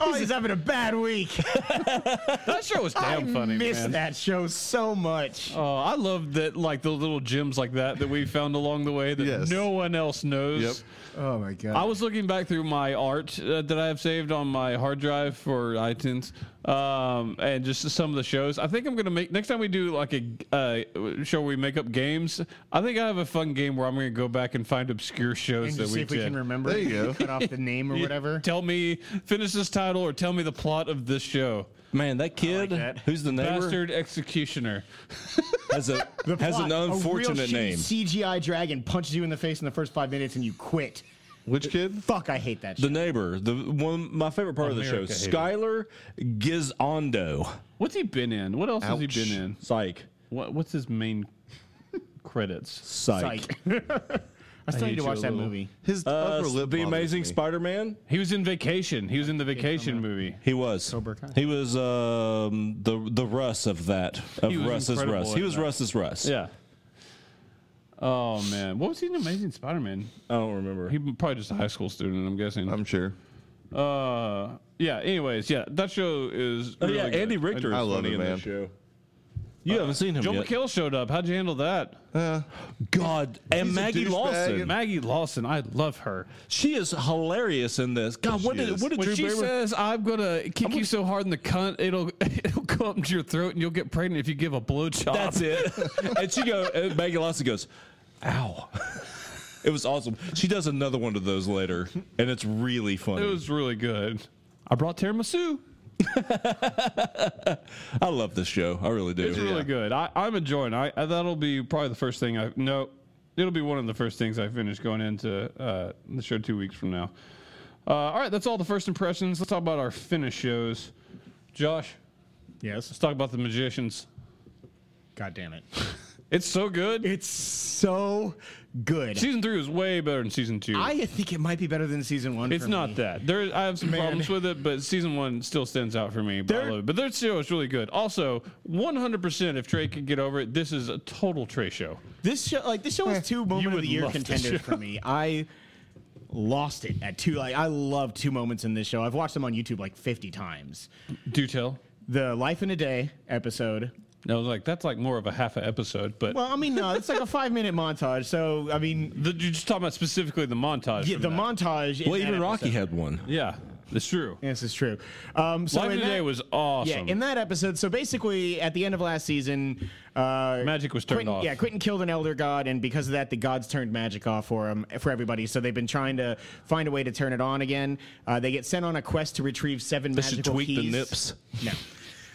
B: Oh, he's having a bad week.
A: That show was
B: I
A: damn funny,
B: miss
A: man.
B: that show so much.
A: Oh, I love that, like the little gems like that that we found along the way that
C: Yes.
A: no one else knows.
C: Yep.
B: Oh my god.
A: I was looking back through my art uh, that I have saved on my hard drive for iTunes, um, and just some of the shows. I think I'm gonna make next time we do like a uh, show where we make up games. I think I have a fun game where I'm gonna go back and find obscure shows
B: and
A: that
B: just see
A: we
B: if we
A: did.
B: can remember.
C: There you
B: it.
C: go.
B: Cut off the name or
A: Yeah,
B: whatever.
A: Tell me, finish this title, or tell me the plot of this show.
D: Man, that kid
B: that.
D: who's the neighbor
A: Bastard executioner.
D: has a
B: The
D: has
B: plot,
D: an
B: a real
D: unfortunate
B: shitty
D: name.
B: CGI dragon punches you in the face in the first five minutes and you quit.
C: Which kid?
B: Fuck, I hate that.
D: The
B: shit.
D: neighbor, the one my favorite part of
A: America
D: the
A: hated
D: show, Skylar Gizondo.
A: What's he been in? What else has he
C: Ouch.
A: been in?
D: Psych.
A: What, what's his main credits?
D: Psych.
B: Psych. I still
A: hate
B: need to
A: you
B: watch
A: a
B: that
A: little.
B: movie.
C: His
D: Uh,
C: upper lip.
D: the
C: bothers
D: Amazing
C: me.
D: Spider-Man.
A: He was in Vacation. He was in the Vacation movie.
D: He was.
B: Cobra Kai.
D: He was um, the the Russ of that of
A: He was
D: Russ's
A: incredible
D: Russ. He
A: in
D: was
A: that.
D: Russ's Russ.
A: Yeah. Oh man, what was he in Amazing Spider-Man?
D: I don't remember.
A: He was probably just a high school student, I'm guessing.
C: I'm sure.
A: uh, yeah. Anyways, yeah, that show is.
D: oh
A: really
D: yeah,
A: good.
D: Andy Richter.
C: I
D: is
C: love
D: funny
C: it,
D: in that
C: man.
D: show. You haven't seen him
A: Joe
D: yet.
A: McHale showed up. How'd you handle that?
D: God and
C: He's a
D: Maggie
C: douchebag
D: Lawson.
C: and-
A: Maggie Lawson, I love her.
D: She is hilarious in this. God, what
C: she
D: did
C: is.
D: what did
A: When
D: Drew
A: she
D: Barrymore?
A: says, "I'm gonna kick you so hard in the cunt, it'll it'll go up into your throat and you'll get pregnant if you give a blowjob."
D: That's it. and she go and Maggie Lawson goes, "Ow." It was awesome. She does another one of those later, and it's really funny.
A: It was really good. I brought tiramisu.
D: I love this show. I really do.
A: It's really good. I, I'm enjoying. it. I, I that'll be probably the first thing I no, it'll be one of the first things I finish going into uh, the show two weeks from now. Uh, all right, that's all the first impressions. Let's talk about our finish shows. Josh,
B: Yes.
A: let's talk about the magicians.
B: God damn it.
A: It's so good.
B: It's so good.
A: season three was way better than season two.
B: I think it might be better than season one.
A: it's
B: for
A: not
B: me.
A: that. There, I have some
B: Man.
A: problems with it, but season one still stands out for me. But, I
B: There-
A: love it. but their show is really good. Also, 100% if Trey could get over it, this is a total Trey show.
B: This show, like this show, is two moment of
A: Eh, would
B: the year
A: love this
B: contenders for me. I lost it at two. Like I love two moments in this show. I've watched them on YouTube like fifty times.
A: Do tell.
B: The Life in a Day episode.
A: And I was like, that's like more of a half a episode, but
B: Well, I mean, no, it's like a five minute montage. So I mean,
A: the, you're just talking about specifically the montage.
B: yeah,
A: from
B: the
A: that.
B: montage. in
D: Well,
B: that
D: even Rocky
B: episode-
D: had one.
A: Yeah, that's true.
B: Yes, it's true. Um, so
A: Life
B: in
A: of the
B: that-
A: Day was awesome.
B: Yeah, in that episode. So basically, at the end of last season, uh,
A: Magic was turned
B: Quentin-
A: off.
B: Yeah, Quentin killed an elder god, and because of that, the gods turned magic off for him for everybody. So they've been trying to find a way to turn it on again. Uh, they get sent on a quest to retrieve seven
D: They should
B: magical
D: tweak
B: keys.
D: the nips.
B: No.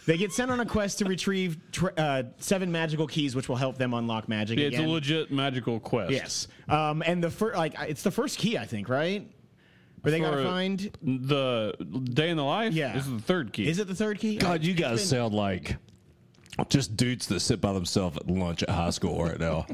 B: They get sent on a quest to retrieve tr- uh, seven magical keys, which will help them unlock magic.
A: Yeah, it's
B: again.
A: a legit magical quest.
B: Yes, um, and the first, like, it's the first key, I think, right? Where they gotta
A: For
B: find.
A: the day in the life.
B: Yeah.
A: is the third key.
B: Is it the third key?
D: God, you guys sound like just dudes that sit by themselves at lunch at high school right now.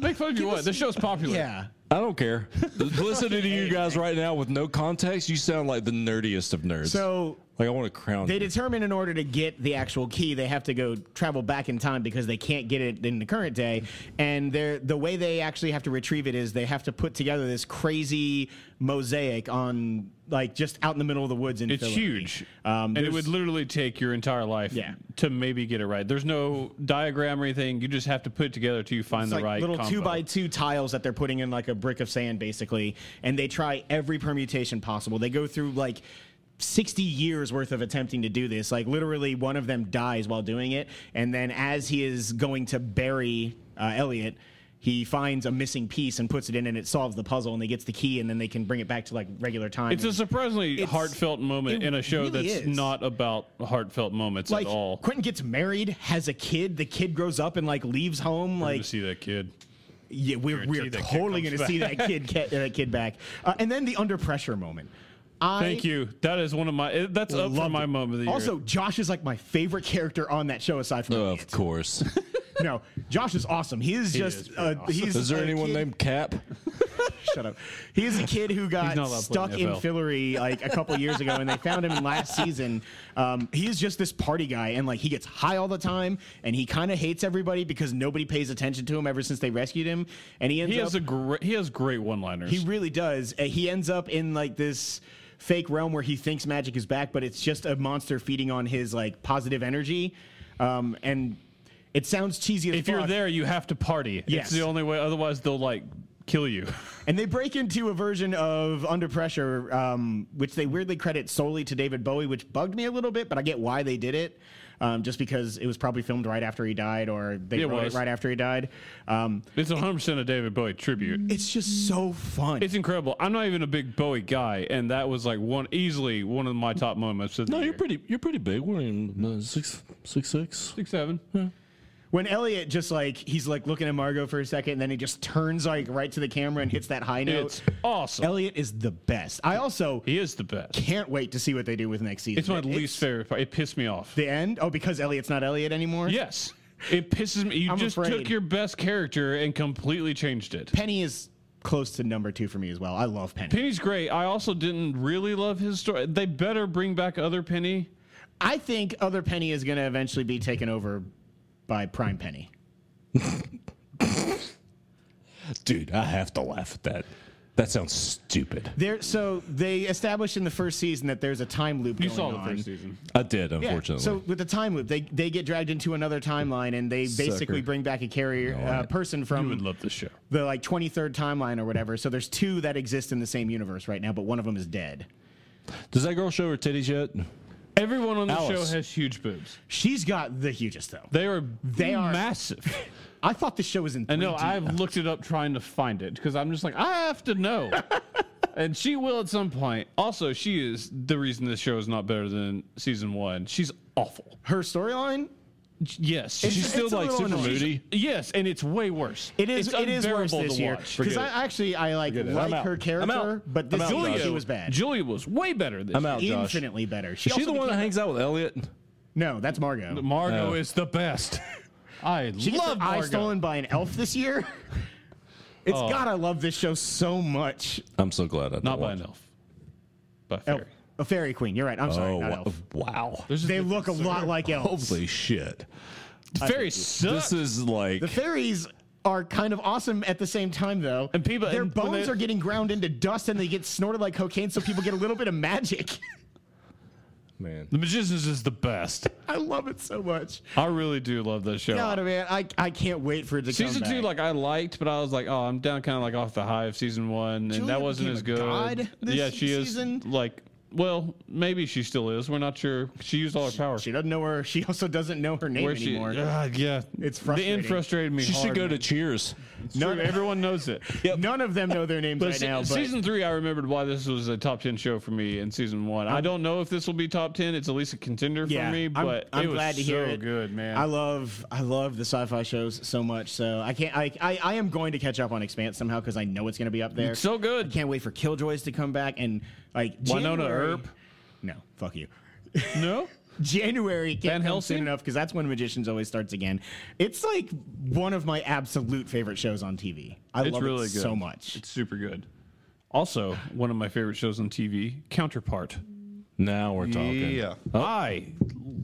A: Make fun of you what? This show's popular.
B: Yeah.
D: I don't care. Listening to you guys right now with no context, you sound like the nerdiest of nerds.
B: So
D: like I want to crown.
B: They
D: you.
B: determine in order to get the actual key, they have to go travel back in time because they can't get it in the current day. And they're, the way they actually have to retrieve it is they have to put together this crazy mosaic on, like, just out in the middle of the woods. In
A: It's
B: Philly.
A: huge.
B: Um,
A: and it
B: there's-
A: would literally take your entire life
B: Yeah.
A: to maybe get it right. There's no diagram or anything. You just have to put it together till you find
B: It's
A: the
B: like
A: right
B: little two
A: combo.
B: by two tiles that they're putting in like a brick of sand, basically, and they try every permutation possible. They go through like. 60 years worth of attempting to do this. Like, literally, one of them dies while doing it. And then, as he is going to bury uh, Elliot, he finds a missing piece and puts it in, and it solves the puzzle. And they gets the key, and then they can bring it back to like regular time.
A: It's a
B: And-
A: surprisingly
B: It's-
A: heartfelt moment
B: it
A: in a show
B: really
A: that's
B: is.
A: not about heartfelt moments
B: like
A: at all.
B: Quentin gets married, has a kid. The kid grows up and like leaves home.
A: Like,
B: Like
A: to see that kid.
B: Yeah, we're,
A: Guarantee
B: we're
A: that kid
B: totally going
A: comes
B: to see that kid ca- that kid back. Uh, and then the under pressure moment. I
A: Thank you. That is one of my. it- That's up for
B: loved
A: my
B: it.
A: moment of the year.
B: Also, Josh is like my favorite character on that show aside from
D: Oh, of
B: Elliot.
D: course.
B: No, Josh is awesome. He is just
A: is pretty
B: uh, he's
D: Is there
B: a
D: anyone
B: kid-
D: named Cap?
B: Shut up. He is a kid who
A: He's not
B: got
A: allowed to play
B: stuck
A: in the
B: in
A: NFL.
B: Fillory like a couple years ago, and they found him last season. Um, he is just this party guy, and like he gets high all the time, and he kind of hates everybody because nobody pays attention to him ever since they rescued him. And he ends
A: he
B: up
A: has a great. He has great one-liners.
B: He really does. Uh, He ends up in like this fake realm where he thinks magic is back, but it's just a monster feeding on his like positive energy. Um, and it sounds cheesy as
A: if
B: fuck.
A: you're there, you have to party.
B: Yes.
A: It's the only way. Otherwise, they'll like kill you.
B: And they break into a version of Under Pressure, um, which they weirdly credit solely to David Bowie, which bugged me a little bit, but I get why they did it. Um, just because it was probably filmed right after he died, or they
A: It
B: wrote
A: was.
B: it right after he died. Um,
A: It's 100 percent a David Bowie tribute.
B: it's just so fun.
A: It's incredible. I'm not even a big Bowie guy, and that was like one easily one of my top moments. Of the
D: No,
A: year.
D: you're pretty. You're pretty big. What are you? uh, Six, six, six.
A: six seven.
B: When Elliot just like he's like looking at Margot for a second, and then he just turns like right to the camera and hits that high note.
A: It's awesome.
B: Elliot is the best. I also
A: He is the best.
B: can't wait to see what they do with next season.
A: It's my least favorite part. It pissed me off.
B: The end? Oh, because Elliot's not Elliot anymore.
A: Yes, it pisses me. You
B: I'm
A: just took
B: afraid.
A: your best character and completely changed it.
B: Penny is close to number two for me as well. I love Penny.
A: Penny's great. I also didn't really love his story. They better bring back other Penny.
B: I think other Penny is going to eventually be taken over by Prime Penny.
D: Dude, I have to laugh at that. That sounds stupid.
B: There, so they established in the first season that there's a time loop.
A: You
B: going
A: saw the
B: on.
A: first season.
D: I did,
B: Yeah,
D: unfortunately.
B: So with the time loop, they they get dragged into another timeline, and they basically
D: Sucker.
B: bring back a carrier uh, person from
A: You would love this show.
B: the like 23rd timeline or whatever. So there's two that exist in the same universe right now, but one of them is dead.
D: Does that girl show her titties yet?
A: Everyone on the
D: Alice.
A: show has huge boobs.
B: She's got the hugest though.
A: They are
B: They are-
A: massive.
B: I thought the show was in.
A: And no,
B: 3D.
A: I've looked it up trying to find it because I'm just like I have to know. and she will at some point. Also, she is the reason this show is not better than season one. She's awful.
B: her storyline
A: Yes,
B: It's-
A: she's still
B: it's a
A: like
B: little
A: super
B: annoying.
A: moody. Yes, and it's way worse.
B: It is.
A: It's
B: it is worse
A: unbearable
B: this
A: to
B: year
A: watch.
B: because
D: Forget
B: I
D: it.
B: actually I like
D: Forget it. I'm
B: like
D: out.
B: her
D: I'm
B: character,
D: out.
B: but this
D: I'm out,
B: year
D: Josh.
B: she was bad.
A: Julia was way better this
D: I'm out,
A: year.
D: Josh.
B: Infinitely better.
D: Is she the one that hangs out with Elliot?
B: No, that's Margot.
A: Margo
D: No.
A: is the best. I
B: She gets
A: love
B: her eye
A: Margo.
B: stolen by an elf this year. It's God, I love this show so much.
D: I'm so glad I
A: Not by
D: watch
A: an
D: it.
A: elf. By a
B: Elf,
A: fairy.
B: a fairy queen. You're right. I'm sorry,
D: Oh
B: not
D: wa-
B: elf.
D: wow!
A: There's just
B: They
A: the-
B: look a lot like elves.
D: Holy shit!
A: fairy sucks.
D: This is like
B: The fairies are kind of awesome at the same time, though.
A: And people-
B: their
A: and when
B: bones
A: they-
B: are getting ground into dust, and they get snorted like cocaine, so people get a little bit of magic.
D: man.
A: the Magicians is the best.
B: I love it so much.
A: I really do love this show.
B: God, man, I, I can't wait for it to
A: season
B: come
A: two,
B: back.
A: like I liked, but I was like, oh, I'm down, kind of like off the high of season one, and
B: Julia
A: that wasn't
B: became
A: as
B: a
A: good.
B: god this
A: yeah, she
B: season?
A: is like, well, maybe she still is. We're not sure. She used all her power.
B: she doesn't know her. She also doesn't know her name
A: Where she?
B: anymore.
A: Ah, yeah,
B: It's
A: The
B: frustrating.
A: end frustrated me.
D: She should
A: hard,
D: go
A: man.
D: to Cheers.
A: No, everyone knows it.
B: None of them know their names
A: But
B: right
A: se-
B: now. But
A: season three, I remembered why this was a top ten show for me in season one. I don't know if this will be top ten. It's at least a contender
B: yeah,
A: for me.
B: I'm-
A: But
B: I'm,
A: it was
B: glad to hear
A: so
B: it.
A: good, man.
B: I love I love the sci-fi shows so much. So I can't. I I, I am going to catch up on Expanse somehow because I know it's going to be up there.
A: It's so good.
B: I can't wait for Killjoys to come back and like
A: Winona
B: January-
A: Earp?
B: No, fuck you.
A: no,
B: January
A: Van
B: can't come
A: Helsing?
B: soon enough because that's when Magicians always starts again. It's like one of my absolute favorite shows on TV. I
A: It's
B: love
A: really
B: it
A: good.
B: so much.
A: it's super good. Also, one of my favorite shows on TV, Counterpart.
D: Now we're
C: Oh,
D: talking.
C: Yeah.
A: I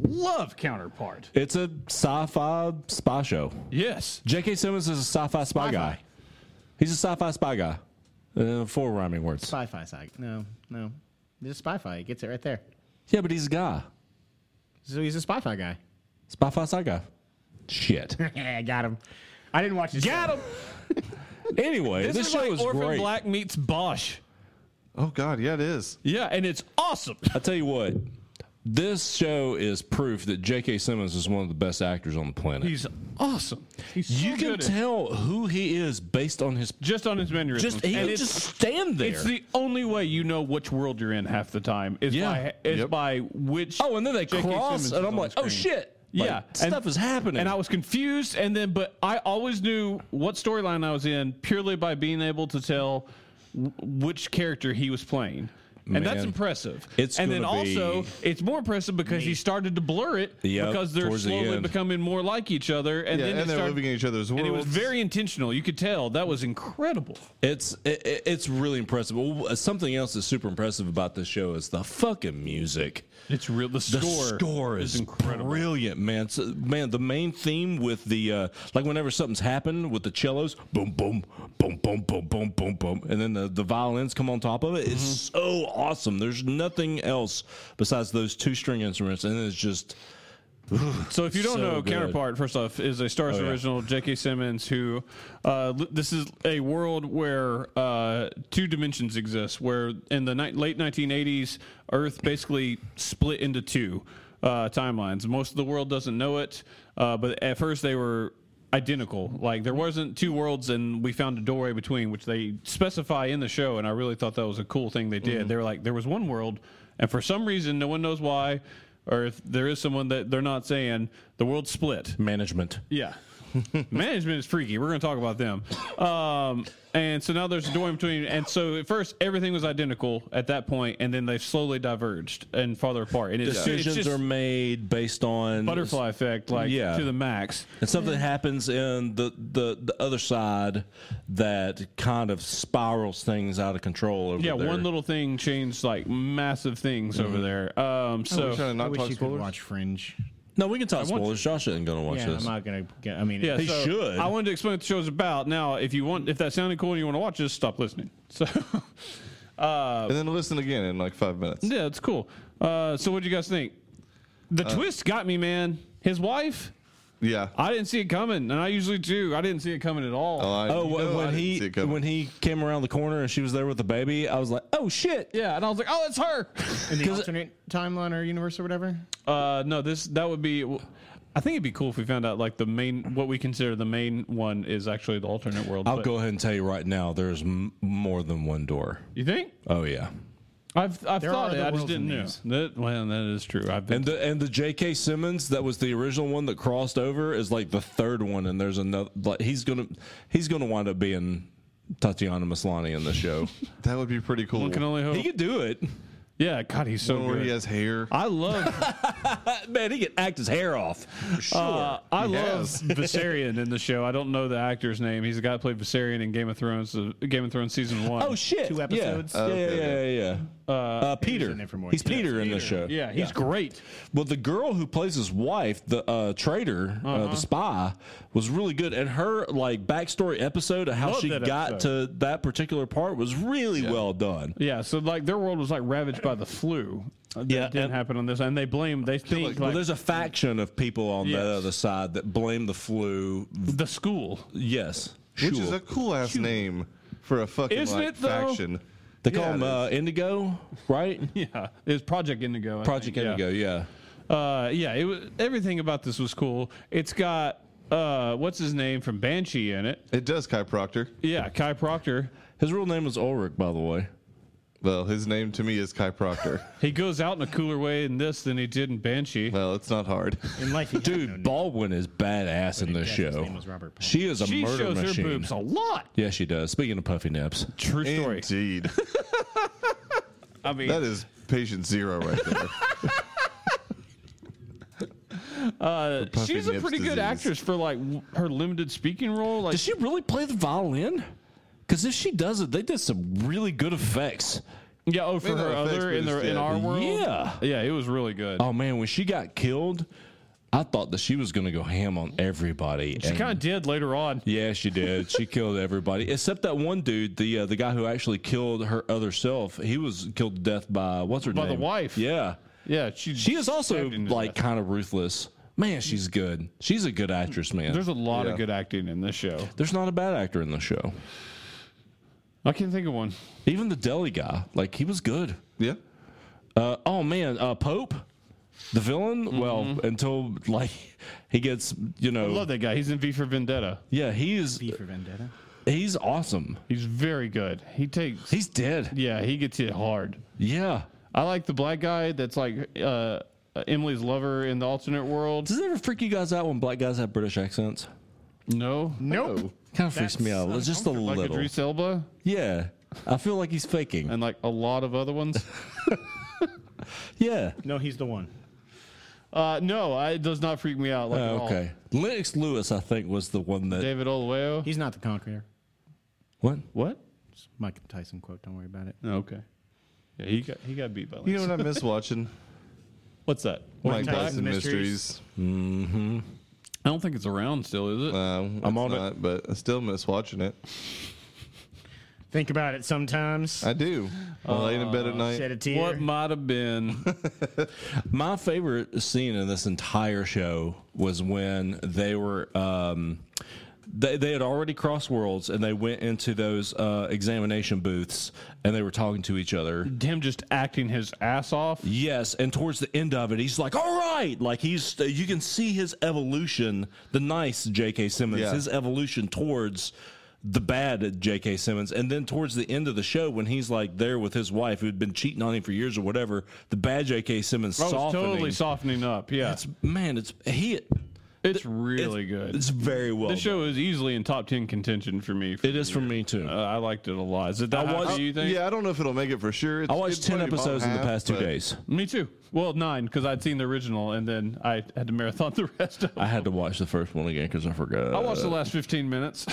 A: love Counterpart.
D: It's a sci-fi spy show.
A: Yes.
D: J.K. Simmons is a sci-fi spy
B: Sci-fi.
D: guy. He's a sci-fi spy guy. Uh, four rhyming words.
B: Sci-fi side. No, no. Just spy-fi. It gets it right there.
D: Yeah, but he's a guy.
B: So he's a spy-fi guy.
D: Spy-fi spy guy. Shit.
B: I got him. I didn't watch his show.
D: Anyway,
A: This,
D: this,
A: is
D: show
A: like
D: is
A: Orphan
D: great.
A: Black meets Bosch.
C: Oh God, yeah, it is.
A: Yeah, and it's awesome.
D: I tell you what, this show is proof that J.K. Simmons is one of the best actors on the planet.
A: He's awesome. He's so
D: you can
A: good at-
D: tell who he is based on his.
A: just on his mannerisms.
D: Just he
A: And
D: can
A: it's-
D: just stand there.
A: It's the only way you know which world you're in half the time is
D: Yeah.
A: by is
C: Yep.
A: by which.
D: oh, and then they
A: J.K. Simmons
D: cross,
A: is
D: and
A: on
D: I'm like,
A: the
D: oh
A: screen.
D: shit!
A: Yeah,
D: Like,
A: and-
D: stuff is happening.
A: And I was confused, and then but I always knew what storyline I was in purely by being able to tell w- which character he was playing. And that's
D: Man.
A: impressive.
D: It's
A: and then
D: gonna
A: also
D: be-
A: it's more impressive because he started to blur it
D: Yep,
A: because they're
D: towards the
A: slowly
D: end.
A: becoming more like each other, and
C: Yeah,
A: then
C: and
A: they
C: they're
A: started,
C: living in each other's
A: And it was
C: worlds.
A: very intentional. You could tell that was incredible.
D: It's it, it- it's really impressive. Well, uh, Something else that's super impressive about this show is the fucking music.
A: It's real. The
D: The
A: score,
D: score, is,
A: incredible.
D: brilliant, man. So, man, the main theme with the uh, like whenever something's happened with the cellos, boom, boom, boom, boom, boom, boom, boom, boom, and then the, the violins come on top of it. It's
A: Mm-hmm.
D: so awesome. There's nothing else besides those two string instruments, and it's just
A: So if you don't
D: So
A: know,
D: good.
A: Counterpart, first off, is a Star Wars
D: Oh, yeah.
A: original, J.K. Simmons, who uh, li- this is a world where uh, two dimensions exist, where in the ni- late 1980s, Earth basically split into two uh, timelines. Most of the world doesn't know it, uh, but at first they were identical. Like there wasn't two worlds, and we found a doorway between, which they specify in the show. And I really thought that was a cool thing they
D: Mm-hmm.
A: did. They were like, there was one world, and for some reason, no one knows why, or if there is someone that they're not saying, the world split.
D: management.
A: Yeah. Management is freaky. We're going to talk about them. Um, and so now there's a door in between. And so at first, everything was identical at that point, and then they've slowly diverged and farther apart. And it's,
D: Decisions
A: it's just
D: are made based on
A: butterfly effect, like
D: Yeah.
A: to the max.
D: And something happens in the, the, the other side that kind of spirals things out of control. Over
A: Yeah,
D: there. Mm-hmm.
A: one little thing changed like massive things over there.
D: Oh,
A: Um,
C: We're trying
A: so
C: to
B: I
C: not
B: wish
C: talk
B: you could
C: spoilers.
B: watch Fringe.
D: No, we can talk spoilers. Josh isn't going to watch
B: Yeah,
D: this.
B: I'm not gonna. Get, I mean,
A: yeah,
D: He
A: so
D: should.
A: I wanted to explain what the show's about. Now, if you want, if that sounded cool and you want to watch this, stop listening. So
C: and then listen again in like five minutes.
A: yeah, it's cool. Uh, so what do you guys think? The
D: Uh,
A: twist got me, man. His wife.
C: Yeah.
A: I didn't see it coming, and I usually do. I didn't see it coming at all. Uh,
C: I-
D: oh,
C: you
D: wh-
C: know I
D: when
C: didn't
D: he
C: see it coming.
D: when he came around the corner and she was there with the baby, I was like, oh shit.
A: yeah, and I was like, "Oh, it's her."
B: in the alternate timeline or universe or whatever.
A: uh, no, this that would be. I think it'd be cool if we found out like the main, what we consider the main one is actually the alternate world.
D: I'll
A: but-
D: go ahead and tell you right now, there's m- more than one door.
A: You think?
D: Oh yeah.
A: I've I've
B: There are
A: thought it.
B: other
A: I just
B: worlds in
A: didn't know.
B: these.
A: That well, that is true. I've been
D: And the and the J.K. Simmons that was the original one that crossed over is like the third one, and there's another. Like he's gonna he's gonna wind up being Tatiana Maslany in the show.
C: That would be pretty cool.
A: one can only hope.
D: he could do it,
A: yeah, God, he's so
C: Where
A: good.
C: he has hair.
A: I love
D: man. He could act his hair off.
A: uh, I love
C: Yes.
A: Viserion in the show. I don't know the actor's name. He's the guy who played Viserion in Game of Thrones, uh, Game of Thrones season one.
D: Oh shit!
B: Two episodes?
D: Yeah, yeah, yeah, yeah. yeah. Uh, Peter.
B: in there for more.
D: He's
B: Yeah,
D: Peter in the show.
A: yeah, he's great.
D: Well, the girl who plays his wife, the uh, traitor, uh the spy, was really good, and her like backstory episode of how
A: Love
D: she
A: that
D: got
A: episode.
D: to that particular part was really well done.
A: Yeah, so like their world was like ravaged by the flu. Uh, That
D: Yeah,
A: didn't
D: and-
A: happen on this, and they blame they think
D: well,
A: like,
D: there's a faction of people on
A: Yes.
D: the other side that blame the flu.
A: the school.
D: Yes,
C: Which is
D: sure.
C: a cool ass name for a fucking
A: Isn't
C: like,
A: it, though?
C: faction.
D: they call
C: Yeah, it
D: him uh, Indigo, right?
A: Yeah, it was Project Indigo. I
D: Project
A: think, yeah.
D: Indigo. Yeah.
A: Uh, yeah, it was, everything about this was cool. It's got uh, what's his name from Banshee in it.
C: It does, Kai Proctor.
A: Yeah, Kai Proctor.
D: His real name was Ulrich, by the way.
C: Well, his name to me is Kai Proctor.
A: He goes out in a cooler way in this than he did in Banshee.
C: well, it's not hard.
B: In life, you
D: Dude,
B: have no
D: Baldwin is badass in this
B: death.
D: show.
B: His name was Robert Palmer.
D: She is a
A: She
D: murder
A: shows
D: machine.
A: her boobs a lot.
D: Yeah, she does. Speaking of puffy nips,
A: True story.
C: Indeed.
A: I mean,
C: That is patient zero right there.
A: uh,
C: puffy
A: she's a
C: nips
A: pretty good
C: disease.
A: actress for like w- her limited speaking role. Like
D: does she really play the violin? Because if she does it, they did some really good effects.
A: Yeah, oh, for
C: Maybe
A: her
C: not effects,
A: other
C: but
A: in the
C: it's
A: in
C: dead.
A: our world.
D: Yeah.
A: yeah, it was really good.
D: Oh man, when she got killed, I thought that she was going to go ham on everybody.
A: she kind of did later on.
D: Yeah, she did. She killed everybody except that one dude, the uh, the guy who actually killed her other self. He was killed to death by what's her
A: By the
D: name?
A: wife.
D: Yeah,
A: Yeah, she
D: she is also
A: stabbed him to
D: like
A: death.
D: kind of ruthless. Man, she's good. She's a good actress, man.
A: There's
D: There's,
A: a lot of
C: Yeah.
A: good acting in this show.
D: not a bad actor in the show.
A: I can't think of one.
D: Even the deli guy, like he was good.
C: Yeah.
D: Uh, oh man, uh, Pope, the villain. Well, until like he gets, you know,
A: I love that guy. He's in V for Vendetta.
D: yeah, he is.
B: V for Vendetta.
D: He's awesome.
A: He's very good. He takes.
D: He's dead.
A: Yeah, he gets hit hard.
D: Yeah.
A: I like the black guy that's like uh, Emily's lover in the alternate world.
D: Does it ever freak you guys out when black guys have British accents?
A: No,
B: Nope.
D: Kind of freaks me
B: That's
D: out just a
A: like Uh,
D: little.
A: Idris Elba
D: Yeah, I feel like he's faking.
A: and like a lot of other ones.
D: Yeah.
B: No, he's the one.
A: Uh, no, I, it does not freak me out. Like
D: Uh,
A: at all.
D: okay. Lennox Lewis, I think, was the one that.
A: David Oluwayo.
B: He's not the conqueror.
D: What?
A: what?
B: It's Mike Tyson quote. Don't worry about it.
A: No, Oh, okay. Yeah, he got he got beat by. Lance.
C: You know what I miss watching?
A: What's that?
C: Mike
B: Tyson
C: Tyson
B: Mysteries.
C: Mysteries.
A: I don't think it's around still, is it?
D: Uh,
C: Um,
D: I'm on it.
C: not, but I still miss watching it.
B: Think about it sometimes.
C: I do. I lay in bed at
B: Shed a
C: night.
B: tear.
A: What might have been?
D: My favorite scene in this entire show was when they were. Um, they, they had already crossed worlds and they went into those uh, examination booths and they were talking to each other.
A: him just acting his ass off.
D: Yes, and towards the end of it, he's like, "All right," like he's you can see his evolution. The nice J.K. Simmons,
C: Yeah.
D: his evolution towards the bad J.K. Simmons, and then towards the end of the show when he's like there with his wife who'd been cheating on him for years or whatever, the bad J.K. Simmons
A: I Oh, was
D: softening.
A: totally softening up. Yeah,
D: It's man, it's he.
A: it's really good.
D: It's very well.
A: This
D: done.
A: show is easily in top ten contention for me.
D: it is for me too.
A: Uh, I liked it a lot. Is it that
D: I
A: high
D: watched-
A: for you think?
C: Yeah, I don't know if it'll make it for sure. It's,
D: I watched
C: it's
D: ten
C: probably about
D: episodes in the
C: half,
D: past two
C: but
D: days.
A: me too. Well, nine because I'd seen the original and then I had to marathon the rest of. it.
D: I had to watch the first one again because I forgot.
A: I watched the last fifteen minutes.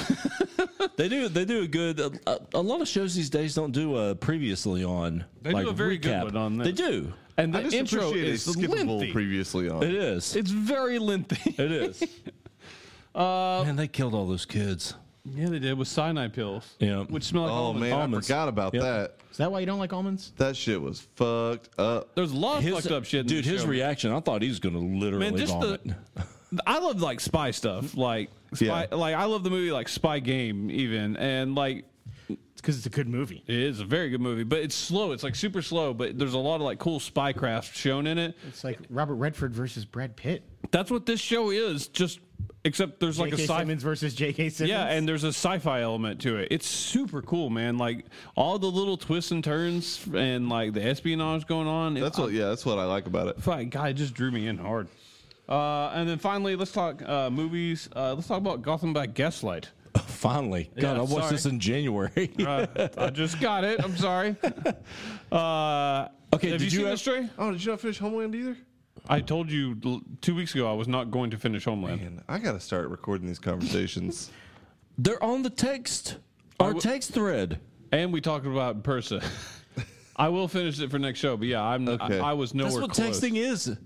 D: They do. They do a good. A, a- a lot of shows these days don't do a previously on.
A: They do a very good one on this.
D: They do.
A: and the
C: I just
A: intro
C: appreciate
A: is
C: it's skippable
A: lengthy.
C: previously on.
D: It is.
A: it's very lengthy.
D: it is. Man, they killed all those kids.
A: yeah, they did with cyanide pills.
D: Yeah.
A: which smell like
C: Oh
A: almonds.
C: man,
D: almonds.
C: I forgot about that.
B: Is that why you don't like almonds?
C: That shit was fucked up.
A: There's a lot of fucked up shit. In
D: dude,
A: this
D: his
A: show.
D: reaction. I thought he was going to literally
A: Man, just
D: vomit.
A: the. I love like spy stuff, like spy,
C: Yeah.
A: like I love the movie like Spy Game even, and like
B: It's because it's a good movie.
A: it is a very good movie, but it's slow. It's like super slow, but there's a lot of like cool spy craft shown in it.
B: It's like Robert Redford versus Brad Pitt.
A: That's what this show is. Just except there's like
B: J.K.
A: a sci-
B: Simmons versus J.K. Simmons.
A: yeah, and there's a sci-fi element to it. It's super cool, man. Like all the little twists and turns and like the espionage going on. it-
C: That's what. Yeah, that's what I like about it.
A: Fuck, God, it just drew me in hard. Uh, and then finally, let's talk uh, movies. Uh, let's talk about Gotham by Gaslight.
D: Finally, God,
A: Yeah,
D: I watched
A: sorry.
D: this in January.
A: Uh, I just got it. I'm sorry. Uh,
D: Okay,
A: have
D: did
A: you,
D: you
A: seen
D: have-
A: this, Trey?
C: Oh, did you not finish Homeland either?
A: I told you l- two weeks ago I was not going to finish Homeland.
C: Man, I gotta start recording these conversations.
D: They're on the text, our
A: w-
D: text thread.
A: And we talked about Persa. I will finish it for next show, but yeah, I'm.
C: Okay.
A: I, I was nowhere
D: That's what
A: close.
D: texting is.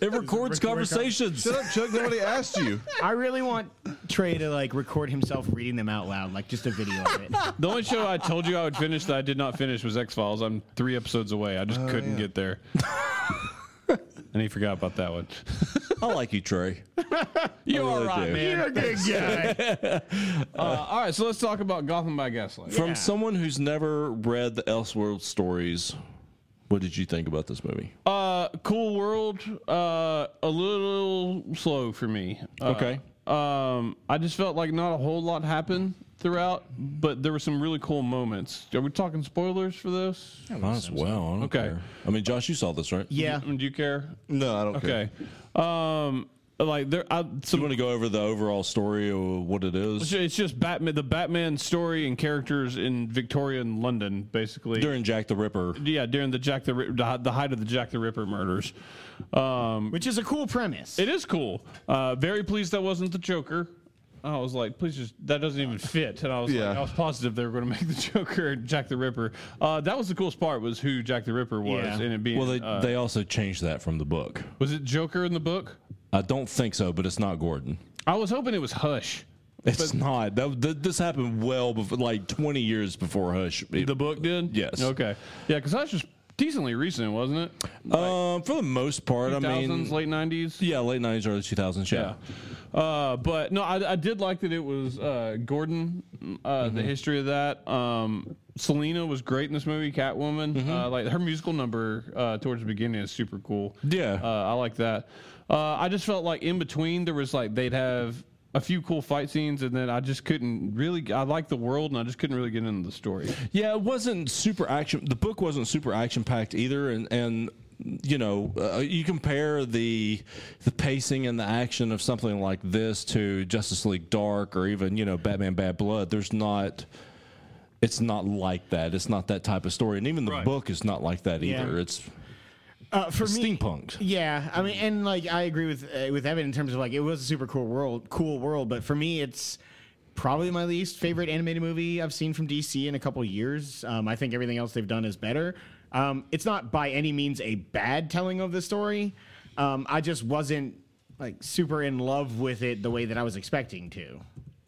D: It records conversations.
C: Shut up, Chuck. Nobody asked you.
B: I really want Trey to like record himself reading them out loud, like just a video of it.
A: The only show I told you I would finish that I did not finish was X Files. I'm three episodes away. I just couldn't
C: Oh, yeah.
A: get there. and he forgot about that one.
D: I like you, Trey.
A: You are
D: really
A: right,
D: do.
A: man.
B: You're a good guy.
A: Uh, all right, so let's talk about Gotham by Gaslight.
D: From someone who's never read the Elseworld stories, what did you think about this movie?
A: Uh, cool world. Uh, a little slow for me. Uh,
D: Okay.
A: Um, I just felt like not a whole lot happened throughout, but there were some really cool moments. Are we talking spoilers for this?
D: Might as well. I don't
A: Okay.
D: care. I mean, Josh, you saw this, right?
B: Yeah.
A: Do you care?
C: No, I don't care.
A: Okay. Um, like there, I,
D: Do
A: some
D: you want to go over the overall story or what it
A: It's
D: is
A: ju- It's just Batman, the Batman story and characters in Victorian London, basically.
D: during Jack the Ripper?
A: yeah, during the Jack the Ri- the hi- the height of the Jack the Ripper murders. Um,
B: Which is a cool premise.
A: it is cool. Uh, very pleased that wasn't the Joker. I was like, please just that doesn't even fit. And I was like,
C: Yeah.
A: I was positive they were going to make the Joker and Jack the Ripper. Uh, that was the coolest part was who Jack the Ripper was
B: Yeah.
A: and it being.
D: Well, they,
A: uh,
D: they also changed that from the book.
A: was it Joker in the book?
D: I don't think so, but it's not Gordon.
A: I was hoping it was Hush.
D: It's not. That, th- this happened well before, like 20 years before Hush.
A: The book did.
D: Yes.
A: Okay. Yeah, because Hush was decently recent, wasn't it?
D: um, for the most part, I mean,
A: Thousands, late nineties.
D: yeah, late 90s, early 2000s.
A: Yeah.
D: Yeah.
A: Uh, but no, I, I did like that it was uh, Gordon, uh, the history of that. Um, Selena was great in this movie, Catwoman. Uh, like her musical number uh, towards the beginning is super cool.
D: Yeah.
A: Uh, I like that. Uh, I just felt like in between there was like they'd have a few cool fight scenes, and then I just couldn't really. I like the world, and I just couldn't really get into the story.
D: Yeah, it wasn't super action. The book wasn't super action packed either, and and you know uh, you compare the the pacing and the action of something like this to Justice League Dark or even you know Batman Bad Blood. There's not. It's not like that. It's not that type of story, and even the
A: Right.
D: book is not like that
B: Yeah.
D: either. It's
B: Uh, for me,
D: steampunk.
B: Yeah, I mean, and like I agree with uh, with Evan in terms of like it was a super cool world, cool world. But for me, it's probably my least favorite animated movie I've seen from DC in a couple years. Um, I think everything else they've done is better. Um, it's not by any means a bad telling of the story. Um, I just wasn't like super in love with it the way that I was expecting to.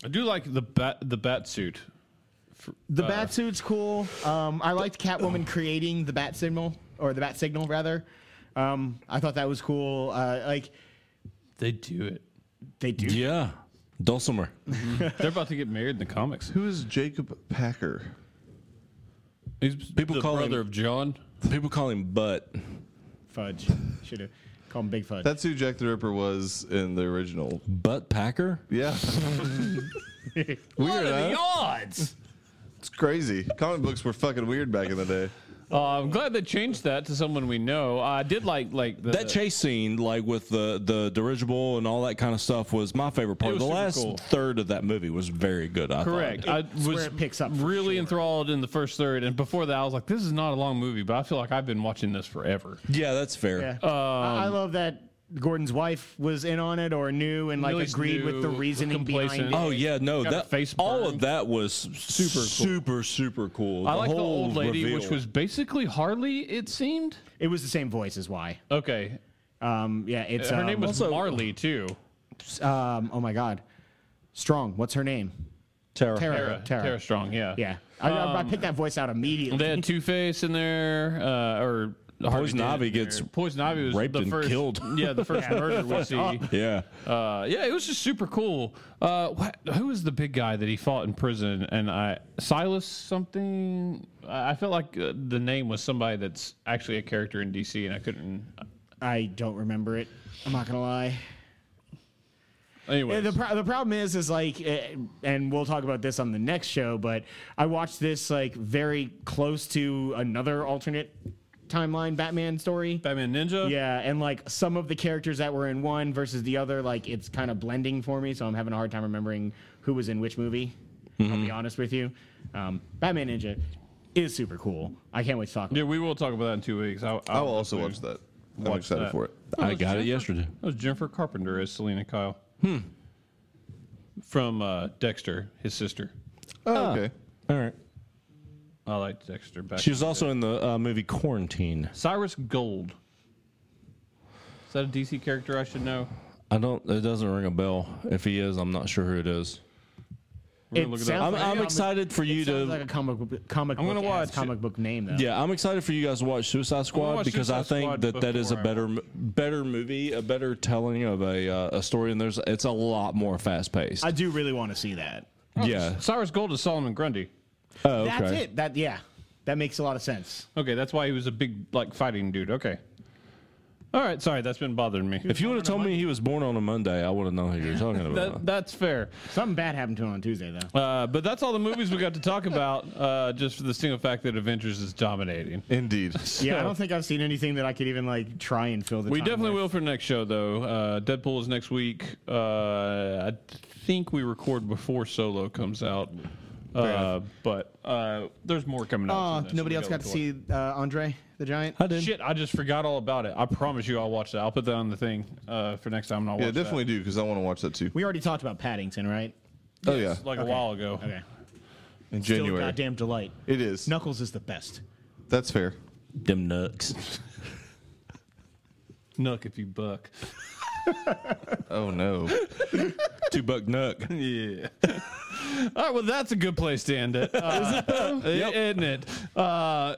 A: I do like the bat the bat suit.
B: The bat suit's cool. Um, I liked Catwoman creating the bat signal or the bat signal rather. Um, I thought that was cool. Uh, like
A: They do it.
B: they do
D: Yeah, Dulcimer.
A: They're about to get married in the comics.
C: Who is Jacob Packer?
A: He's
D: People
A: the
D: call him-
A: brother of John.
D: People call him Butt.
B: Fudge. Should have called him Big Fudge.
C: That's who Jack the Ripper was in the original.
D: Butt Packer.
C: Yeah. weird, huh?
B: odds.
C: It's crazy. Comic books were fucking weird back in the day.
A: Uh, I'm glad they changed that to someone we know. Uh, I did like like the,
D: That chase scene, like with the the dirigible and all that kind of stuff, was my favorite part.
A: It was
D: The
A: super
D: last
A: cool.
D: third of that movie was very good. I
A: correct.
D: Thought.
A: I
B: It's
A: was
B: where it picks up for
A: really
B: sure.
A: enthralled in the first third, and before that, I was like, "This is not a long movie," but I feel like I've been watching this forever.
D: Yeah, that's fair.
B: Yeah.
A: Um,
B: I I love that Gordon's wife was in on it or knew and like
A: Millie's
B: agreed with the
A: knew,
B: reasoning behind
A: complacent.
B: it.
D: Oh yeah, no,
A: Got
D: that
A: her face
D: all
A: burned.
D: of that was super, super, super cool.
A: I like the old lady,
D: reveal.
A: which was basically Harley. It seemed
B: It was the same voice as why.
A: okay.
B: Um, yeah, it's
A: Her
B: um,
A: name was Marley too.
B: um, oh my god, Strong. What's her name?
D: Tara.
B: Tara.
A: Tara, Tara, Strong. Um, Yeah,
B: Yeah, I, I- I picked that voice out immediately.
A: They had Two Face in there, uh, or Harvey
D: Poison
A: Dent
D: Ivy
A: in there.
D: gets
A: Poison Ivy was
D: raped
A: the
D: and
A: first,
D: killed.
A: Yeah, the first murder we see.
D: Yeah,
A: Uh, yeah, it was just super cool. Uh, what, who was the big guy that he fought in prison? And I Silas something. I I felt like uh, the name was somebody that's actually a character in DC, and I couldn't. uh,
B: I don't remember it. I'm not gonna lie.
A: Anyways.
B: the, pro- the problem is, is like, eh, and we'll talk about this on the next show, but I watched this like very close to another alternate timeline Batman story.
A: Batman Ninja.
B: Yeah, and like some of the characters that were in one versus the other, like it's kind of blending for me, so I'm having a hard time remembering who was in which movie. I'll
A: Mm-hmm.
B: be honest with you. Um, Batman Ninja is super cool. I can't wait to talk.
A: Yeah,
B: about
A: we will talk about that in two weeks. I,
C: I will also watch that. I'm
A: Watch
C: excited
A: that.
C: for it.
D: I got it yesterday.
A: That was Jennifer Carpenter as Selena Kyle. Hmm. From uh, Dexter, his sister.
C: Oh, okay.
D: All right.
A: I liked Dexter back.
D: She was also in the uh, movie Quarantine.
A: Cyrus Gold. Is that a DC character I should know?
D: I don't. It doesn't ring a bell. If he is, I'm not sure who it is.
A: We're
B: it.
A: gonna look it up.
B: sounds
D: I'm,
B: like-
D: I'm
B: yeah,
D: excited for you
B: It sounds like
D: to.
B: a comic book, comic
A: I'm
B: book
A: gonna
B: ass
A: watch
B: comic book name though.
D: Yeah, I'm excited for you guys to watch Suicide Squad
A: watch
D: because I
A: Suicide
D: think
A: Squad
D: that that is a
A: before I
D: better, m- better movie, a better telling of a uh, a story, and there's it's a lot more fast paced.
B: I do really want to see that.
D: Yeah.
A: Cyrus Gold is Solomon Grundy.
D: Oh, okay.
B: That's it. That yeah, that makes a lot of sense.
A: Okay, that's why he was a big like fighting dude. Okay. All right, sorry, that's been bothering me.
D: If you would have told me he was born on a Monday, I would have known who you were talking about.
A: That, that's fair.
B: Something bad happened to him on Tuesday though.
A: Uh, but that's all the movies we got to talk about, uh, just for the single fact that Avengers is dominating.
C: Indeed.
B: Yeah, I don't think I've seen anything that I could even like try and fill the.
A: We
B: time
A: definitely
B: with.
A: will for next show, though. Uh, Deadpool is next week. Uh, I think we record before Solo comes out. Uh, but uh, there's more coming out.
E: Oh,
A: soon, so
E: nobody
A: we
E: else got to
A: look
E: see uh, Andre the Giant.
D: I did.
A: Shit, I just forgot all about it. I promise you, I'll watch that. I'll put that on the thing uh, for next time. And I'll
C: yeah,
A: watch
C: definitely do because I want to watch that too.
B: We already talked about Paddington, right?
C: oh yeah,
A: That. Like a while ago.
B: Okay.
C: in
B: Still
C: January.
B: goddamn delight.
C: It is.
B: Knuckles is the best.
C: That's fair.
D: Them nooks.
A: Nook, if you buck.
C: Oh no.
D: Two buck nook.
A: Yeah. All right. Well, that's a good place to end it, uh, isn't it? Uh,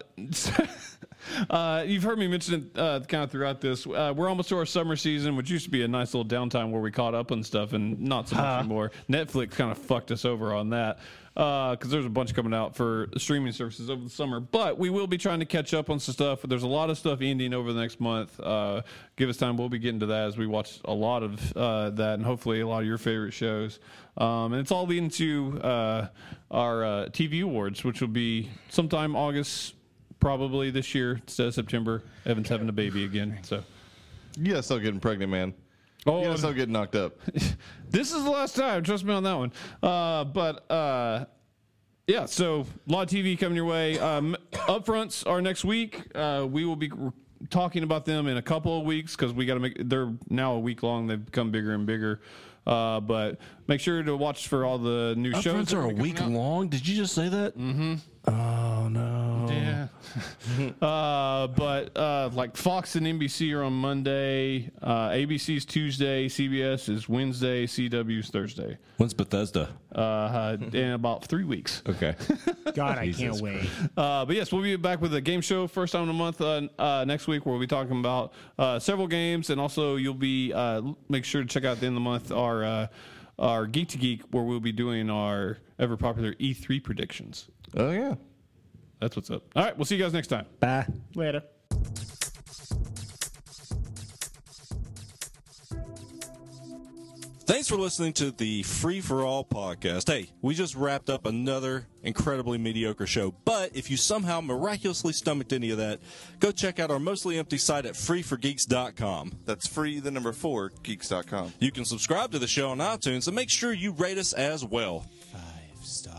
A: uh, you've heard me mention it uh, kind of throughout this. Uh, we're almost to our summer season, which used to be a nice little downtime where we caught up on stuff, and not so much anymore. Netflix kind of fucked us over on that because there's a bunch coming out for streaming services over the summer. But we will be trying to catch up on some stuff. There's a lot of stuff ending over the next month. Uh, give us time. We'll be getting to that as we watch a lot of uh, that and hopefully a lot of your favorite shows. Um, and it's all leading to uh, our uh, TV awards, which will be sometime August, probably this year instead of September. Evan's having a baby again, so.
C: You gotta stop getting pregnant, man.
A: Oh,
C: you
A: and-
C: gotta stop getting knocked up.
A: this is the last time. Trust me on that one. Uh, but uh, yeah, so a lot of TV coming your way. Um, upfronts are next week. Uh, we will be r- talking about them in a couple of weeks because we got to make. They're now a week long. They've become bigger and bigger. Uh, but make sure to watch for all the new shows.
D: Upfronts
A: that
D: are a
A: will be
D: week
A: coming out.
D: long. Did you just say that? Mm-hmm. Oh no.
A: Yeah. uh, but uh, like Fox and NBC are on Monday. Uh, ABC's Tuesday. CBS is Wednesday. CW's Thursday.
D: When's Bethesda?
A: uh, in about three weeks.
D: Okay.
B: God, I can't wait.
A: Uh, but yes, we'll be back with a game show first time in a month uh, uh, next week, where we'll be talking about uh, several games, and also you'll be uh, l- make sure to check out at the end of the month our uh, our Geek to Geek, where we'll be doing our ever popular E3 predictions.
C: Oh yeah.
A: That's what's up. All right, we'll see you guys next time.
E: Bye.
B: Later.
D: Thanks for listening to the Free for All podcast. Hey, we just wrapped up another incredibly mediocre show, but if you somehow miraculously stomached any of that, go check out our mostly empty site at freeforgeeks.com.
C: That's free. The number four geeks.com.
D: You can subscribe to the show on iTunes and make sure you rate us as well.
E: Five stars.